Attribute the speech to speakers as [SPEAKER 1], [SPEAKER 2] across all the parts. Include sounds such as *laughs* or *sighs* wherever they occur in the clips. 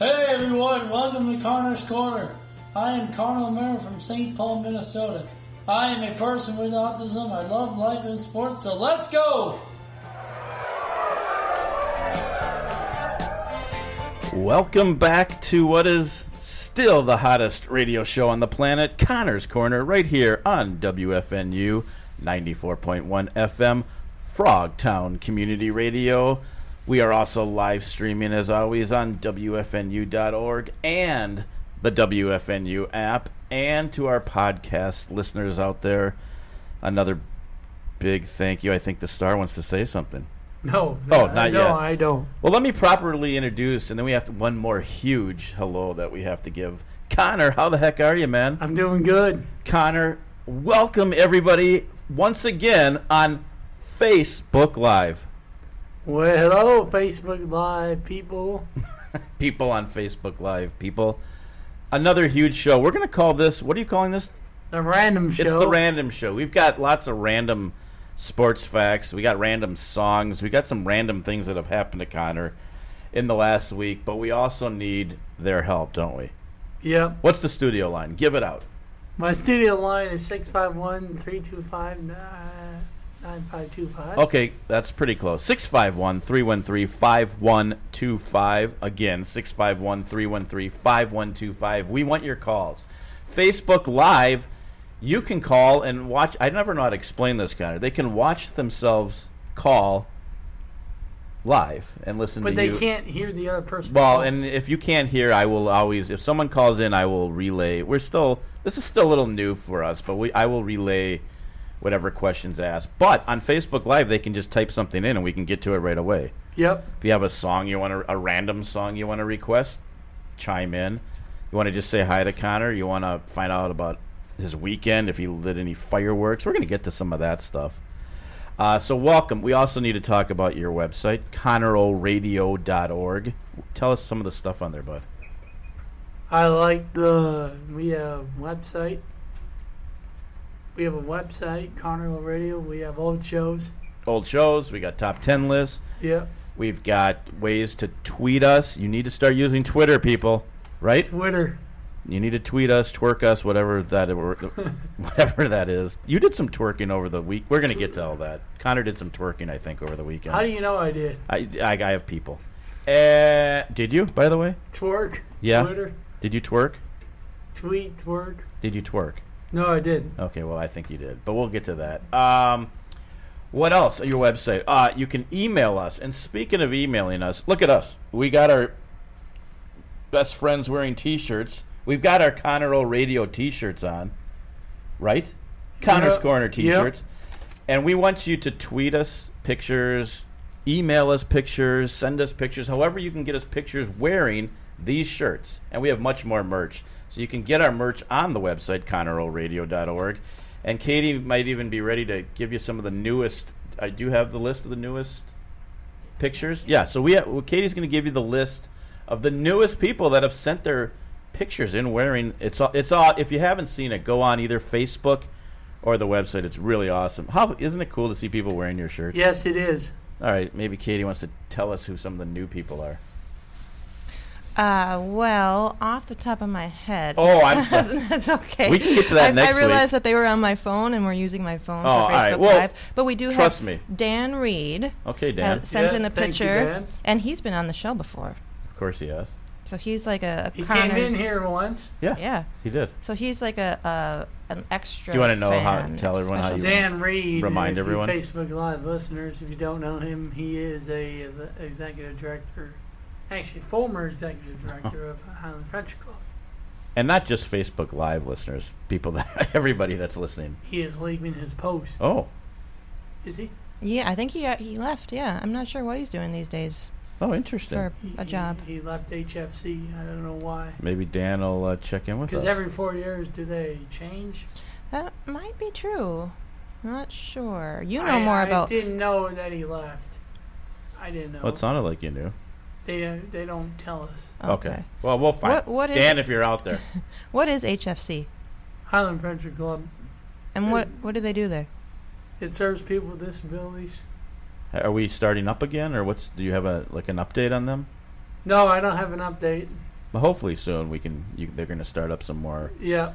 [SPEAKER 1] everyone, welcome to Connors Corner. I am Connor Miller from St. Paul, Minnesota. I am a person with autism. I love life and sports, so let's go!
[SPEAKER 2] Welcome back to what is still the hottest radio show on the planet, Connor's Corner, right here on WFNU 94.1 FM, Frogtown Community Radio. We are also live streaming, as always, on WFNU.org and the WFNU app, and to our podcast listeners out there, another big thank you. I think the star wants to say something.
[SPEAKER 3] No.
[SPEAKER 2] Oh,
[SPEAKER 3] I-
[SPEAKER 2] not
[SPEAKER 3] no,
[SPEAKER 2] yet.
[SPEAKER 3] I don't.
[SPEAKER 2] Well, let me properly introduce, and then we have to, one more huge hello that we have to give. Connor, how the heck are you, man?
[SPEAKER 3] I'm doing good.
[SPEAKER 2] Connor, welcome everybody once again on Facebook Live.
[SPEAKER 3] Well, hello, Facebook Live people.
[SPEAKER 2] People on Facebook Live, people. Another huge show. We're going to call this, what are you calling this?
[SPEAKER 3] The random show.
[SPEAKER 2] It's the random show. We've got lots of random sports facts. We got random songs. We got some random things that have happened to Connor in the last week, but we also need their help, don't we?
[SPEAKER 3] Yep.
[SPEAKER 2] What's the studio line? Give it out.
[SPEAKER 3] My studio line is 651 325 9525.
[SPEAKER 2] Okay, that's pretty close. 651 313 5125. Again, 651 313 5125. We want your calls. Facebook Live, you can call and watch. I never know how to explain this, Connor. They can watch themselves call live and listen
[SPEAKER 3] But
[SPEAKER 2] to
[SPEAKER 3] they
[SPEAKER 2] you.
[SPEAKER 3] can't hear the other person.
[SPEAKER 2] Well, and if you can't hear, I will always. If someone calls in, I will relay. We're still. This is still a little new for us, but we. I will relay whatever questions asked. But on Facebook Live, they can just type something in, and we can get to it right away.
[SPEAKER 3] Yep.
[SPEAKER 2] If you have a song you want to, a random song you want to request, chime in. You want to just say hi to Connor. You want to find out about his weekend if he lit any fireworks. We're going to get to some of that stuff. Uh, so welcome. We also need to talk about your website, ConnorORadio.org. Tell us some of the stuff on there, bud.
[SPEAKER 3] I like the. We have website. We have a website, Connor Radio. We have old shows.
[SPEAKER 2] Old shows. We got top ten lists.
[SPEAKER 3] Yep.
[SPEAKER 2] We've got ways to tweet us. You need to start using Twitter, people. Right?
[SPEAKER 3] Twitter.
[SPEAKER 2] You need to tweet us, twerk us, whatever that
[SPEAKER 3] *laughs*
[SPEAKER 2] whatever that is. You did some twerking over the week. We're gonna get to all that. Connor did some twerking, I think, over the weekend.
[SPEAKER 3] How do you know I did?
[SPEAKER 2] I, I, I have people. Uh, did you, by the way?
[SPEAKER 3] Twerk.
[SPEAKER 2] Yeah.
[SPEAKER 3] Twitter.
[SPEAKER 2] Did you twerk?
[SPEAKER 3] Tweet, twerk.
[SPEAKER 2] Did you twerk?
[SPEAKER 3] No, I didn't.
[SPEAKER 2] Okay, well, I think you did, but we'll get to that. Um, what else? Your website. Uh, you can email us. And speaking of emailing us, look at us. We got our best friends wearing T-shirts. We've got our Connor O Radio T-shirts on, right? Connor's
[SPEAKER 3] Yep.
[SPEAKER 2] Corner
[SPEAKER 3] Yep.
[SPEAKER 2] T-shirts. And we want you to tweet us pictures, email us pictures, send us pictures, however you can get us pictures wearing these shirts. And we have much more merch. So you can get our merch on the website, ConnorORadio.org. And Katie might even be ready to give you some of the newest. I do have the list of the newest pictures. Yeah, so we have, well, Katie's going to give you the list of the newest people that have sent their pictures in wearing it's all it's all if you haven't seen it go on either Facebook or the website it's really awesome. How isn't it cool to see people wearing your shirts?
[SPEAKER 3] Yes, it is.
[SPEAKER 2] All right, maybe Katie wants to tell us who some of the new people are.
[SPEAKER 4] Uh, well, off the top of my head.
[SPEAKER 2] Oh,
[SPEAKER 4] *laughs*
[SPEAKER 2] I'm sorry.
[SPEAKER 4] That's okay.
[SPEAKER 2] We can get to that
[SPEAKER 4] I,
[SPEAKER 2] next
[SPEAKER 4] I realized that they were on my phone and we're using my phone
[SPEAKER 2] Oh, all
[SPEAKER 4] for Facebook
[SPEAKER 2] right. Well,
[SPEAKER 4] Live. But we do
[SPEAKER 2] trust
[SPEAKER 4] have
[SPEAKER 2] me.
[SPEAKER 4] Dan Reed
[SPEAKER 2] Okay, Dan.
[SPEAKER 4] uh, sent
[SPEAKER 3] Yeah,
[SPEAKER 4] in a
[SPEAKER 3] thank you,
[SPEAKER 4] picture,
[SPEAKER 3] Dan.
[SPEAKER 4] and he's been on the show before,
[SPEAKER 2] of course he has.
[SPEAKER 4] so he's like a, a
[SPEAKER 3] He
[SPEAKER 4] Connors.
[SPEAKER 3] came in here once.
[SPEAKER 2] Yeah.
[SPEAKER 4] Yeah.
[SPEAKER 2] He did.
[SPEAKER 4] So he's like a, a an extra.
[SPEAKER 2] Do you wanna know how-
[SPEAKER 4] fan,
[SPEAKER 2] tell everyone how
[SPEAKER 4] special-
[SPEAKER 2] you-
[SPEAKER 3] Dan Reed.
[SPEAKER 2] Remind
[SPEAKER 3] if you
[SPEAKER 2] everyone.
[SPEAKER 3] Facebook Live listeners, if you don't know him, he is a the executive director, actually former executive director of Highland French Club.
[SPEAKER 2] And not just Facebook Live listeners, people that *laughs* everybody that's listening.
[SPEAKER 3] He is leaving his post.
[SPEAKER 2] Oh.
[SPEAKER 3] Is he?
[SPEAKER 4] Yeah, I think he uh, he left. Yeah, I'm not sure what he's doing these days
[SPEAKER 2] Oh, interesting.
[SPEAKER 4] for
[SPEAKER 3] He-
[SPEAKER 4] a job.
[SPEAKER 3] He, he left HFC. I don't know why.
[SPEAKER 2] Maybe Dan will uh, check in with us.
[SPEAKER 3] Because every four years, do they change?
[SPEAKER 4] That might be true. Not sure. You know
[SPEAKER 3] I-
[SPEAKER 4] more
[SPEAKER 3] I
[SPEAKER 4] about.
[SPEAKER 3] didn't know that he left. I didn't know.
[SPEAKER 2] well, it sounded like you knew.
[SPEAKER 3] They don't- they don't tell us.
[SPEAKER 2] Okay. Well, we'll find.
[SPEAKER 4] What- what is
[SPEAKER 2] Dan,
[SPEAKER 4] it?
[SPEAKER 2] if you're out there.
[SPEAKER 4] What is HFC?
[SPEAKER 3] Highland French Club.
[SPEAKER 4] And what what do they do there?
[SPEAKER 3] It serves people with disabilities.
[SPEAKER 2] Are we starting up again, or what's? Do you have a like an update on them?
[SPEAKER 3] No, I don't have an update.
[SPEAKER 2] But hopefully soon we can. You, they're going to start up some more
[SPEAKER 3] Yeah,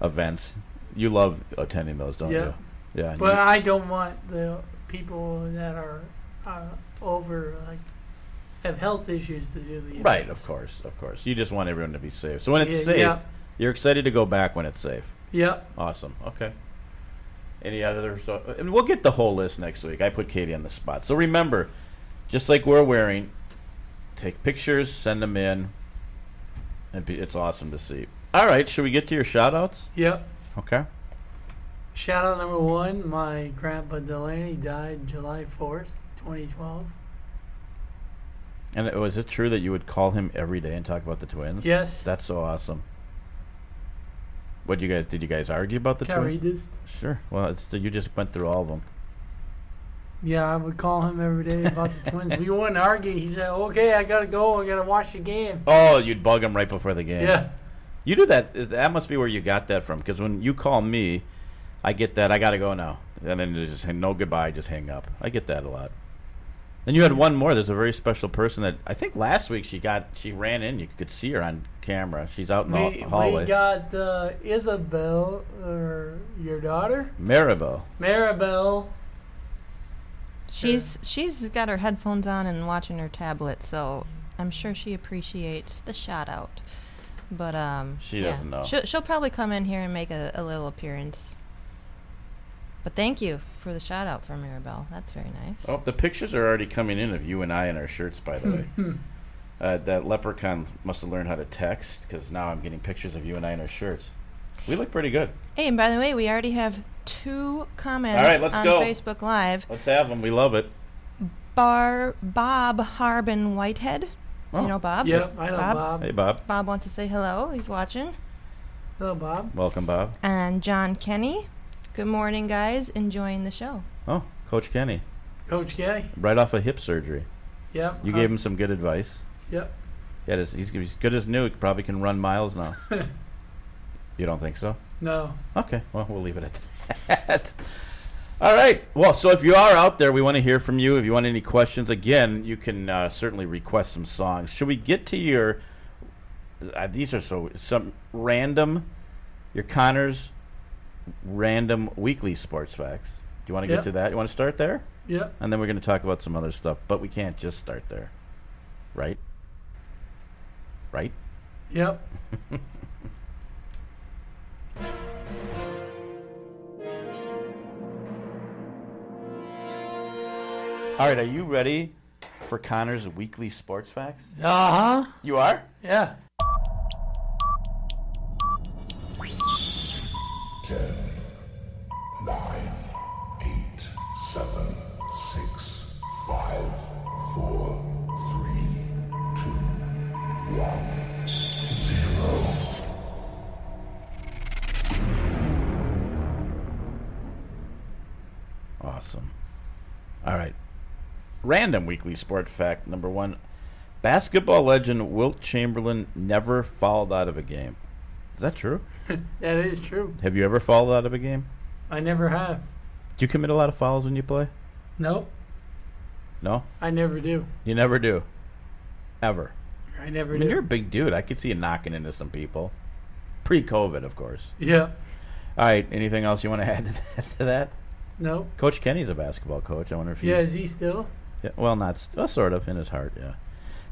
[SPEAKER 2] events. You love attending those, don't
[SPEAKER 3] Yeah.
[SPEAKER 2] you? Yeah. and
[SPEAKER 3] but
[SPEAKER 2] you-
[SPEAKER 3] I don't want the people that are uh, over like have health issues to do the
[SPEAKER 2] right.
[SPEAKER 3] events.
[SPEAKER 2] Of course. Of course. You just want everyone to be safe. So when it's
[SPEAKER 3] Yeah,
[SPEAKER 2] safe,
[SPEAKER 3] yeah.
[SPEAKER 2] you're excited to go back when it's safe.
[SPEAKER 3] Yeah,
[SPEAKER 2] Awesome. Okay. Any other? So, and we'll get the whole list next week. I put Katie on the spot. So remember, just like we're wearing, take pictures, send them in. And be, it's awesome to see. All right. Should we get to your shout outs?
[SPEAKER 3] yeah.
[SPEAKER 2] Okay.
[SPEAKER 3] Shout out number one, my grandpa Delaney died July fourth, twenty twelve.
[SPEAKER 2] And it- was it true that you would call him every day and talk about the twins?
[SPEAKER 3] Yes.
[SPEAKER 2] That's so awesome. What you guys did? You guys argue about the
[SPEAKER 3] Can I
[SPEAKER 2] twins?
[SPEAKER 3] read this?
[SPEAKER 2] Sure. Well, it's you just went through all of them.
[SPEAKER 3] Yeah, I would call him every day about the twins. We wouldn't argue. He said, "Okay, I gotta go. I gotta watch the game."
[SPEAKER 2] Oh, you'd bug him right before the game.
[SPEAKER 3] Yeah,
[SPEAKER 2] You do that. is- That must be where you got that from. Because when you call me, I get that. I gotta go now, and then you just hang- no goodbye, just hang up. I get that a lot. Then you had one more. There's a very special person that I think last week she got. She ran in. You could see her on camera. She's out in
[SPEAKER 3] we,
[SPEAKER 2] the
[SPEAKER 3] we
[SPEAKER 2] hallway.
[SPEAKER 3] got uh, Isabel, or your daughter,
[SPEAKER 2] Maribel.
[SPEAKER 3] Maribel.
[SPEAKER 4] She's she's got her headphones on and watching her tablet, so I'm sure she appreciates the shout out. But um,
[SPEAKER 2] She doesn't know.
[SPEAKER 4] She'll, she'll probably come in here and make a, a little appearance. But thank you for the shout out for Mirabelle. That's very nice.
[SPEAKER 2] Oh, the pictures are already coming in of you and I in our shirts, by the way. uh, that leprechaun must have learned how to text because now I'm getting pictures of you and I in our shirts. We look pretty good.
[SPEAKER 4] Hey, and by the way, we already have two comments
[SPEAKER 2] All right, let's
[SPEAKER 4] on
[SPEAKER 2] go.
[SPEAKER 4] Facebook Live.
[SPEAKER 2] Let's have them. We love it.
[SPEAKER 4] Bar Bob Harbin Whitehead.
[SPEAKER 2] Oh.
[SPEAKER 4] You know Bob?
[SPEAKER 3] Yep, I know
[SPEAKER 4] Bob?
[SPEAKER 3] Bob.
[SPEAKER 2] Hey, Bob.
[SPEAKER 4] Bob wants to say hello. He's watching.
[SPEAKER 3] Hello, Bob.
[SPEAKER 2] Welcome, Bob.
[SPEAKER 4] And John Kenny. Good morning, guys. Enjoying the show.
[SPEAKER 2] Oh, Coach Kenny,
[SPEAKER 3] Coach Kenny.
[SPEAKER 2] right off of hip surgery.
[SPEAKER 3] Yep.
[SPEAKER 2] You
[SPEAKER 3] uh,
[SPEAKER 2] gave him some good advice.
[SPEAKER 3] Yep.
[SPEAKER 2] Yeah, he's, he's, he's good as new. He probably can run miles now. you don't think so?
[SPEAKER 3] No.
[SPEAKER 2] Okay, well, we'll leave it at that. *laughs* All right. Well, so if you are out there, we want to hear from you. If you want any questions, again, you can uh, certainly request some songs. Should we get to your? Uh, these are so some random, your Connors, random weekly sports facts. Do you want to
[SPEAKER 3] Yeah.
[SPEAKER 2] get to that? You want to start there,
[SPEAKER 3] Yep.
[SPEAKER 2] and then we're going to talk about some other stuff. But we can't just start there, right? Right.
[SPEAKER 3] Yep.
[SPEAKER 2] All right. Are you ready for Connors' weekly sports facts?
[SPEAKER 3] Uh huh.
[SPEAKER 2] You are.
[SPEAKER 3] Yeah.
[SPEAKER 5] 10, 9, 8, 7, 6, 5, 4, 3, 2, 1, 0.
[SPEAKER 2] Awesome. All right. Random weekly sport fact number one basketball legend Wilt Chamberlain never fouled out of a game. Is that true?
[SPEAKER 3] That is true.
[SPEAKER 2] Have you ever fouled out of a game?
[SPEAKER 3] I never have.
[SPEAKER 2] Do you commit a lot of fouls when you play?
[SPEAKER 3] Nope.
[SPEAKER 2] No?
[SPEAKER 3] I never do.
[SPEAKER 2] You never do. Ever.
[SPEAKER 3] I never
[SPEAKER 2] I
[SPEAKER 3] do.
[SPEAKER 2] mean, you're a big dude. I could see you knocking into some people. Pre COVID, of course.
[SPEAKER 3] Yep.
[SPEAKER 2] All right. Anything else you want to *laughs* add to that? To that?
[SPEAKER 3] Nope.
[SPEAKER 2] Coach Kenny's a basketball coach. I wonder if he's.
[SPEAKER 3] Yeah. Is he still? *laughs*
[SPEAKER 2] Yeah, well, not st- well, sort of in his heart. Yeah.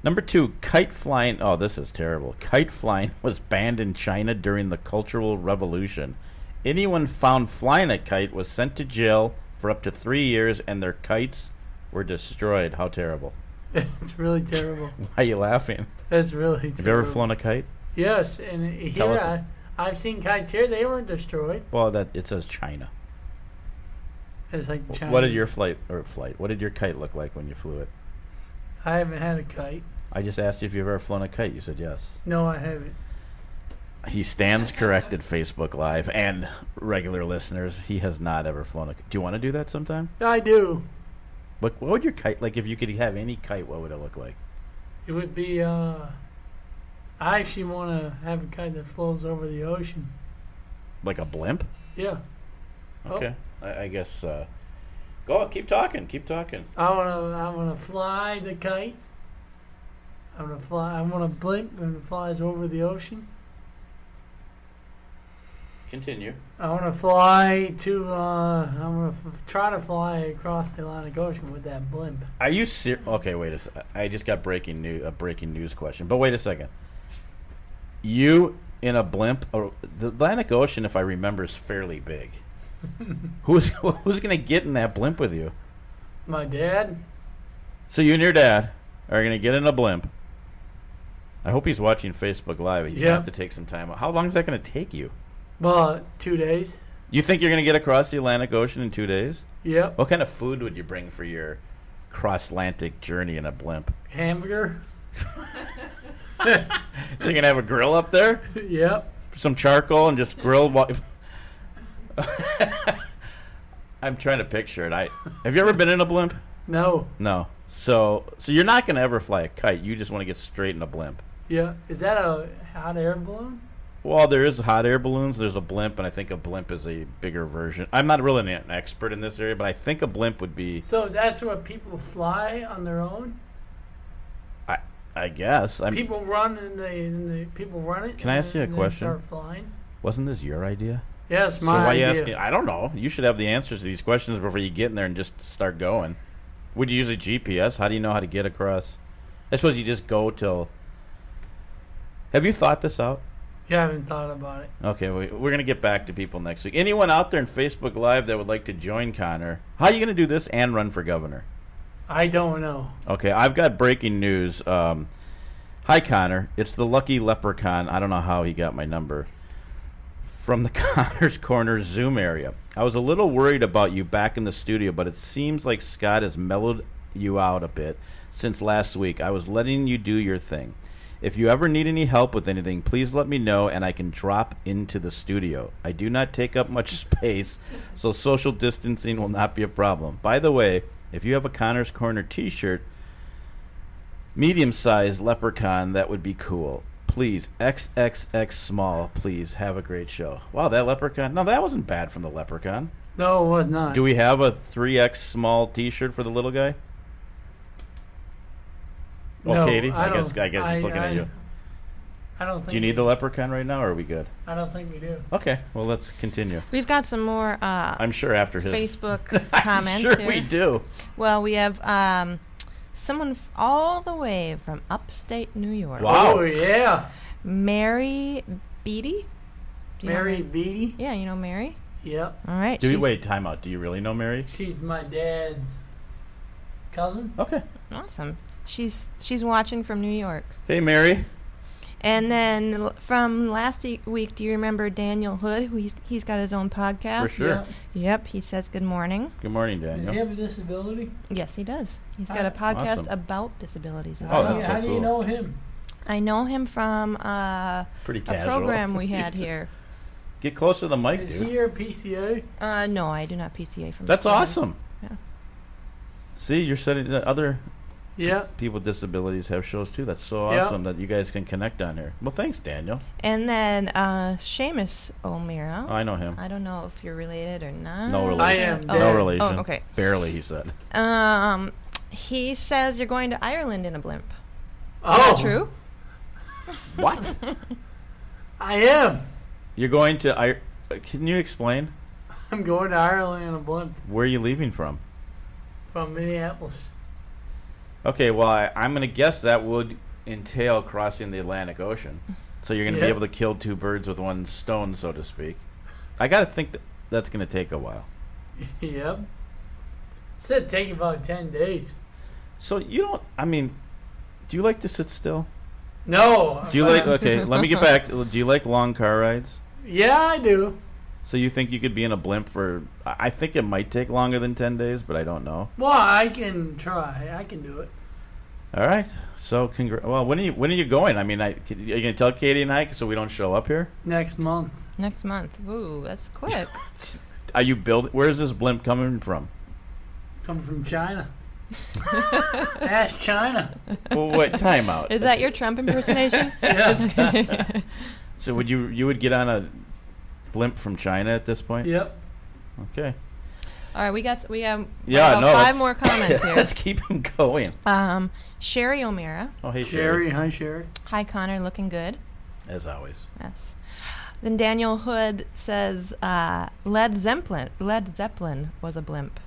[SPEAKER 2] Number two, kite flying. Oh, this is terrible. Kite flying *laughs* was banned in China during the Cultural Revolution. Anyone found flying a kite was sent to jail for up to three years, and their kites were destroyed. How terrible!
[SPEAKER 3] it's really terrible.
[SPEAKER 2] Why are you laughing?
[SPEAKER 3] That's really terrible.
[SPEAKER 2] Have you ever flown a kite?
[SPEAKER 3] Yes, and
[SPEAKER 2] Tell
[SPEAKER 3] here
[SPEAKER 2] us-
[SPEAKER 3] I, I've seen kites here. They weren't destroyed.
[SPEAKER 2] Well, that it says China.
[SPEAKER 3] It's like Chinese.
[SPEAKER 2] What did your flight or flight? What did your kite look like when you flew it?
[SPEAKER 3] I haven't had a kite.
[SPEAKER 2] I just asked you if you've ever flown a kite. You said yes.
[SPEAKER 3] No, I haven't.
[SPEAKER 2] He stands corrected Facebook Live and regular listeners. He has not ever flown a. Do you want to do that sometime?
[SPEAKER 3] I do.
[SPEAKER 2] What, what would your kite like if you could have any kite? What would it look like?
[SPEAKER 3] It would be. uh I actually want to have a kite that flows over the ocean.
[SPEAKER 2] Like a blimp?
[SPEAKER 3] Yeah, Oh.
[SPEAKER 2] Okay, I, I guess. Uh, go keep talking, keep talking.
[SPEAKER 3] I want to. I want to fly the kite. I'm gonna fly. I'm gonna blink when it flies over the ocean.
[SPEAKER 2] Continue.
[SPEAKER 3] I want to fly to. Uh, I'm gonna f- try to fly across the Atlantic Ocean with that blimp.
[SPEAKER 2] Are you ser- okay? Wait a sec. I just got breaking new a breaking news question, but wait a second. You in a blimp? Or the Atlantic Ocean, if I remember, is fairly big. who's *laughs* who's gonna get in that blimp with you?
[SPEAKER 3] My dad.
[SPEAKER 2] So you and your dad are gonna get in a blimp. I hope he's watching Facebook Live. He's gonna
[SPEAKER 3] Yeah.
[SPEAKER 2] have to take some time. out. How long is that gonna take you?
[SPEAKER 3] Well, two days.
[SPEAKER 2] You think you're gonna get across the Atlantic Ocean in two days?
[SPEAKER 3] Yep.
[SPEAKER 2] What kind of food would you bring for your cross-Atlantic journey in a blimp?
[SPEAKER 3] Hamburger. *laughs*
[SPEAKER 2] You're gonna have a grill up there.
[SPEAKER 3] yep.
[SPEAKER 2] some charcoal and just grill. Wa- *laughs* I'm trying to picture it. I have you ever been in a blimp?
[SPEAKER 3] No.
[SPEAKER 2] No. So so you're not gonna ever fly a kite. You just want to get straight in a blimp.
[SPEAKER 3] Yeah. Is that a hot air balloon?
[SPEAKER 2] Well, there is hot air balloons. There's a blimp, and I think a blimp is a bigger version. I'm not really an expert in this area, but I think a blimp would be.
[SPEAKER 3] So that's what people fly on their own.
[SPEAKER 2] I I guess. I'm,
[SPEAKER 3] People run and they, and they people run it.
[SPEAKER 2] Can I
[SPEAKER 3] and
[SPEAKER 2] ask you a
[SPEAKER 3] then they
[SPEAKER 2] question?
[SPEAKER 3] Start flying.
[SPEAKER 2] wasn't this your idea?
[SPEAKER 3] Yes, my
[SPEAKER 2] so why
[SPEAKER 3] idea.
[SPEAKER 2] you asking? I don't know. You should have the answers to these questions before you get in there and just start going. Would you use a GPS? How do you know how to get across? I suppose you just go till. Have you thought this out?
[SPEAKER 3] Yeah, I haven't thought about it.
[SPEAKER 2] Okay, we, we're gonna get back to people next week. Anyone out there in Facebook Live that would like to join Connor? How are you gonna do this and run for governor?
[SPEAKER 3] I don't know.
[SPEAKER 2] Okay, I've got breaking news. Um, hi, Connor. It's the lucky leprechaun. I don't know how he got my number. From the *laughs* Connor's Corner Zoom area. I was a little worried about you back in the studio, but it seems like Scott has mellowed you out a bit since last week. I was letting you do your thing. If you ever need any help with anything, please let me know and I can drop into the studio. I do not take up much *laughs* space, so social distancing will not be a problem. By the way, if you have a Connor's Corner t shirt, medium sized leprechaun, that would be cool. Please, XXX small, please have a great show. Wow, that leprechaun. No, that wasn't bad from the leprechaun.
[SPEAKER 3] No, it was not.
[SPEAKER 2] Do we have a 3X small t shirt for the little guy? Well,
[SPEAKER 3] no,
[SPEAKER 2] Katie, I,
[SPEAKER 3] I,
[SPEAKER 2] guess
[SPEAKER 3] don't-
[SPEAKER 2] I guess
[SPEAKER 3] I,
[SPEAKER 2] he's looking
[SPEAKER 3] I,
[SPEAKER 2] at you.
[SPEAKER 3] I don't think.
[SPEAKER 2] Do you need the leprechaun right now, or are we good?
[SPEAKER 3] I don't think we do.
[SPEAKER 2] Okay, well, let's continue.
[SPEAKER 4] We've got some more uh,
[SPEAKER 2] I'm sure after *laughs* his
[SPEAKER 4] Facebook
[SPEAKER 2] I'm
[SPEAKER 4] comments
[SPEAKER 2] sure
[SPEAKER 4] here.
[SPEAKER 2] we do.
[SPEAKER 4] Well, we have um, someone f- all the way from upstate New York.
[SPEAKER 2] Wow.
[SPEAKER 3] Oh yeah,
[SPEAKER 4] Mary Beatty. Do you know
[SPEAKER 3] Mary
[SPEAKER 4] Mary?
[SPEAKER 3] Beatty.
[SPEAKER 4] Yeah, you know Mary.
[SPEAKER 3] Yep,
[SPEAKER 4] All right.
[SPEAKER 2] Do we,
[SPEAKER 4] she's-
[SPEAKER 2] wait, time out. Do you really know Mary?
[SPEAKER 3] she's my dad's cousin.
[SPEAKER 2] Okay.
[SPEAKER 4] Awesome. She's she's watching from New York.
[SPEAKER 2] Hey, Mary.
[SPEAKER 4] And then l- from last e- week, do you remember Daniel Hood? Who he's, he's got his own podcast.
[SPEAKER 2] For sure.
[SPEAKER 3] Yeah.
[SPEAKER 4] Yep, he says good morning.
[SPEAKER 2] Good morning, Daniel.
[SPEAKER 3] Does he have a disability?
[SPEAKER 4] Yes, he does. He's got
[SPEAKER 3] Uh,
[SPEAKER 4] a podcast
[SPEAKER 2] Awesome.
[SPEAKER 4] about disabilities. as
[SPEAKER 2] Oh,
[SPEAKER 4] well.
[SPEAKER 3] how, do you-
[SPEAKER 2] that's so
[SPEAKER 3] how do
[SPEAKER 2] cool.
[SPEAKER 3] you know him?
[SPEAKER 4] I know him from uh,
[SPEAKER 2] Pretty
[SPEAKER 4] a
[SPEAKER 2] casual.
[SPEAKER 4] program
[SPEAKER 2] *laughs*
[SPEAKER 4] we had here.
[SPEAKER 2] Get close to the mic,
[SPEAKER 3] Is
[SPEAKER 2] dude.
[SPEAKER 3] he your PCA?
[SPEAKER 4] Uh, no, I do not PTA from.
[SPEAKER 2] That's
[SPEAKER 4] the program.
[SPEAKER 2] awesome.
[SPEAKER 4] Yeah.
[SPEAKER 2] See, you're setting the other
[SPEAKER 3] Yep.
[SPEAKER 2] people with disabilities have shows too. That's so
[SPEAKER 3] Yeah.
[SPEAKER 2] awesome that you guys can connect on here. Well, thanks, Daniel.
[SPEAKER 4] And then uh, Seamus O'Meara.
[SPEAKER 2] I know him.
[SPEAKER 4] I don't know if you're related or not.
[SPEAKER 2] Oh, No relation.
[SPEAKER 3] I am
[SPEAKER 4] Oh,
[SPEAKER 2] no
[SPEAKER 3] dead.
[SPEAKER 2] relation.
[SPEAKER 4] Oh, okay.
[SPEAKER 2] Barely, he said.
[SPEAKER 4] *laughs* Um, he says you're going to Ireland in a blimp.
[SPEAKER 3] Oh,
[SPEAKER 4] True.
[SPEAKER 2] what?
[SPEAKER 3] I am.
[SPEAKER 2] You're going to? I can you explain
[SPEAKER 3] I'm going to Ireland in a blimp
[SPEAKER 2] where are you leaving from?
[SPEAKER 3] from Minneapolis. *laughs*
[SPEAKER 2] Okay, well, I, I'm going to guess that would entail crossing the Atlantic Ocean. So you're going to
[SPEAKER 3] Yeah.
[SPEAKER 2] be able to kill two birds with one stone, so to speak. I got to think that that's going to take a while.
[SPEAKER 3] yep. Said take about ten days.
[SPEAKER 2] So you don't, I mean, do you like to sit still?
[SPEAKER 3] No.
[SPEAKER 2] Do you like,
[SPEAKER 3] uh,
[SPEAKER 2] okay, let me get back. Do you like long car rides?
[SPEAKER 3] Yeah, I do.
[SPEAKER 2] So you think you could be in a blimp for, I I think it might take longer than 10 days, but I don't know.
[SPEAKER 3] Well, I can try. I can do it.
[SPEAKER 2] All right. So, congr- well, when are you when are you going? I mean, I, c- are you going to tell Katie and I so we don't show up here?
[SPEAKER 3] Next month.
[SPEAKER 4] Next month. Ooh, that's
[SPEAKER 2] *laughs*
[SPEAKER 4] quick.
[SPEAKER 2] Are you building, where is this blimp coming from?
[SPEAKER 3] Come
[SPEAKER 2] *laughs*
[SPEAKER 3] from China. Ask China.
[SPEAKER 2] well, wait,
[SPEAKER 4] *laughs*
[SPEAKER 2] time out.
[SPEAKER 4] Is that your Trump impersonation?
[SPEAKER 2] *laughs*
[SPEAKER 3] Yeah.
[SPEAKER 2] So would you you would get on a blimp from China at this point?
[SPEAKER 3] yep.
[SPEAKER 2] Okay.
[SPEAKER 4] *laughs* All right, we got we have
[SPEAKER 2] Yeah,
[SPEAKER 4] about
[SPEAKER 2] no.
[SPEAKER 4] five
[SPEAKER 2] let's- *laughs*
[SPEAKER 4] more comments here.
[SPEAKER 2] let's keep him going.
[SPEAKER 4] Um, Sherry O'Meara,
[SPEAKER 2] Oh, hey, Sherry.
[SPEAKER 3] Sherry, hi Sherry.
[SPEAKER 4] hi Connor, looking good.
[SPEAKER 2] As always.
[SPEAKER 4] Yes. Then Daniel Hood says uh, Led Zeppelin. Led Zeppelin was a blimp.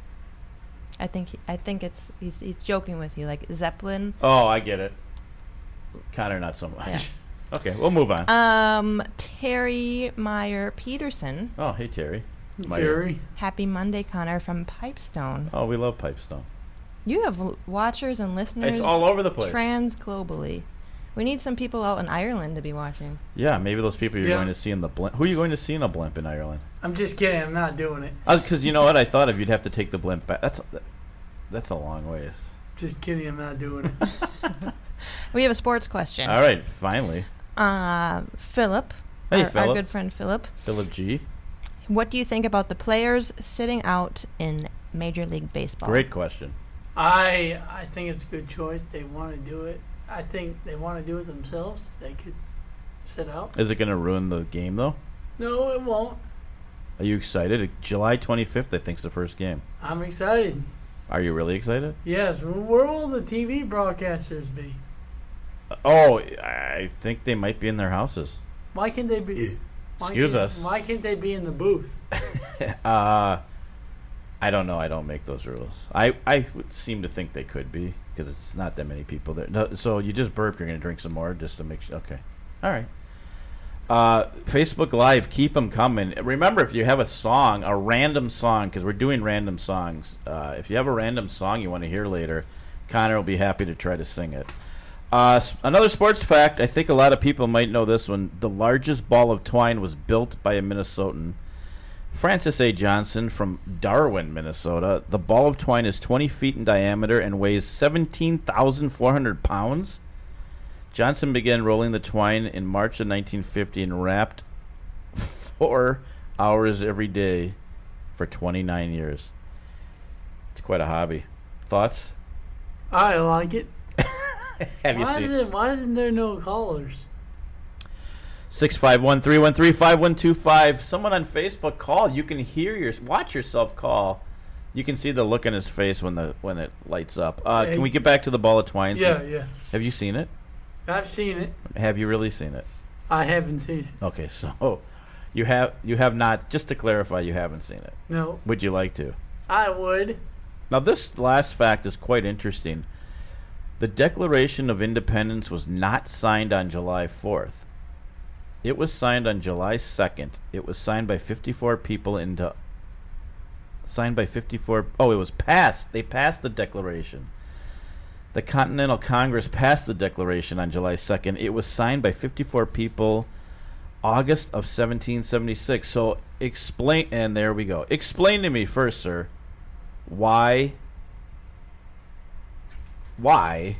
[SPEAKER 4] I think he, I think it's he's, he's joking with you, like Zeppelin.
[SPEAKER 2] Oh, I get it. Connor, not so much.
[SPEAKER 4] Yeah.
[SPEAKER 2] *laughs* Okay, we'll move on.
[SPEAKER 4] Um, Terry Meyer Peterson.
[SPEAKER 2] oh, hey, Terry. My-
[SPEAKER 3] Terry.
[SPEAKER 4] Happy Monday, Connor from Pipestone.
[SPEAKER 2] Oh, we love Pipestone.
[SPEAKER 4] You have l- watchers and listeners.
[SPEAKER 2] It's all over the place.
[SPEAKER 4] Trans globally. We need some people out in Ireland to be watching.
[SPEAKER 2] yeah, maybe those people you're
[SPEAKER 3] Yeah.
[SPEAKER 2] going to see in the blimp. Who are you going to see in a blimp in Ireland?
[SPEAKER 3] I'm just kidding. I'm not doing it.
[SPEAKER 2] Because you know what? I thought if you'd have to take the blimp back. That's that's a long ways.
[SPEAKER 3] Just kidding. I'm not doing
[SPEAKER 2] *laughs*
[SPEAKER 3] it.
[SPEAKER 4] We have a sports question.
[SPEAKER 2] All right, finally.
[SPEAKER 4] Uh, Philip,
[SPEAKER 2] Hey,
[SPEAKER 4] our, our
[SPEAKER 2] Philip.
[SPEAKER 4] good friend Philip,
[SPEAKER 2] Philip G.
[SPEAKER 4] what do you think about the players sitting out in Major League Baseball?
[SPEAKER 2] Great question.
[SPEAKER 3] I I think it's a good choice. They want to do it. I think they want to do it themselves. They could sit out.
[SPEAKER 2] Is it going to ruin the game, though?
[SPEAKER 3] No, it won't.
[SPEAKER 2] Are you excited? July 25th, I think, is the first game.
[SPEAKER 3] I'm excited.
[SPEAKER 2] Are you really excited?
[SPEAKER 3] Yes. Where will the TV broadcasters be?
[SPEAKER 2] Oh, I think they might be in their houses.
[SPEAKER 3] Why can't they be? Why
[SPEAKER 2] Excuse
[SPEAKER 3] can't-
[SPEAKER 2] us.
[SPEAKER 3] Why can't they be in the booth?
[SPEAKER 2] Uh, I don't know. I don't make those rules. I, I would seem to think they could be because it's not that many people there. No, so you just burped. You're going to drink some more just to make sure. Okay. All right. Uh, Facebook Live, keep them coming. Remember, if you have a song, a random song, because we're doing random songs. Uh, if you have a random song you want to hear later, Connor will be happy to try to sing it. Uh, s- another sports fact. I think a lot of people might know this one. The largest ball of twine was built by a Minnesotan. Francis A. Johnson from Darwin, Minnesota. The ball of twine is 20 feet in diameter and weighs 17,400 pounds. Johnson began rolling the twine in March of 1950 and wrapped four hours every day for 29 years. It's quite a hobby. Thoughts?
[SPEAKER 3] I like it.
[SPEAKER 2] Have you
[SPEAKER 3] Why is
[SPEAKER 2] seen?
[SPEAKER 3] it? Why isn't there no callers?
[SPEAKER 2] Six five one three one three five one two five. Someone on Facebook call. You can hear your watch yourself call. You can see the look in his face when the when it lights up. Uh,
[SPEAKER 3] Hey.
[SPEAKER 2] Can we get back to the ball of twine?
[SPEAKER 3] Yeah, yeah.
[SPEAKER 2] Have you seen it?
[SPEAKER 3] I've seen it.
[SPEAKER 2] Have you really seen it?
[SPEAKER 3] I haven't seen it.
[SPEAKER 2] Okay, so *laughs* you have you have not. Just to clarify, you haven't seen it.
[SPEAKER 3] No,
[SPEAKER 2] Would you like to?
[SPEAKER 3] I would.
[SPEAKER 2] Now, this last fact is quite interesting. The Declaration of Independence was not signed on July 4th. It was signed on July 2nd. It was signed by 54 people into signed by 54 Oh, it was passed. They passed the declaration. The Continental Congress passed the declaration on July 2nd. It was signed by 54 people August of 1776. So, explain and there we go. Explain to me first, sir why why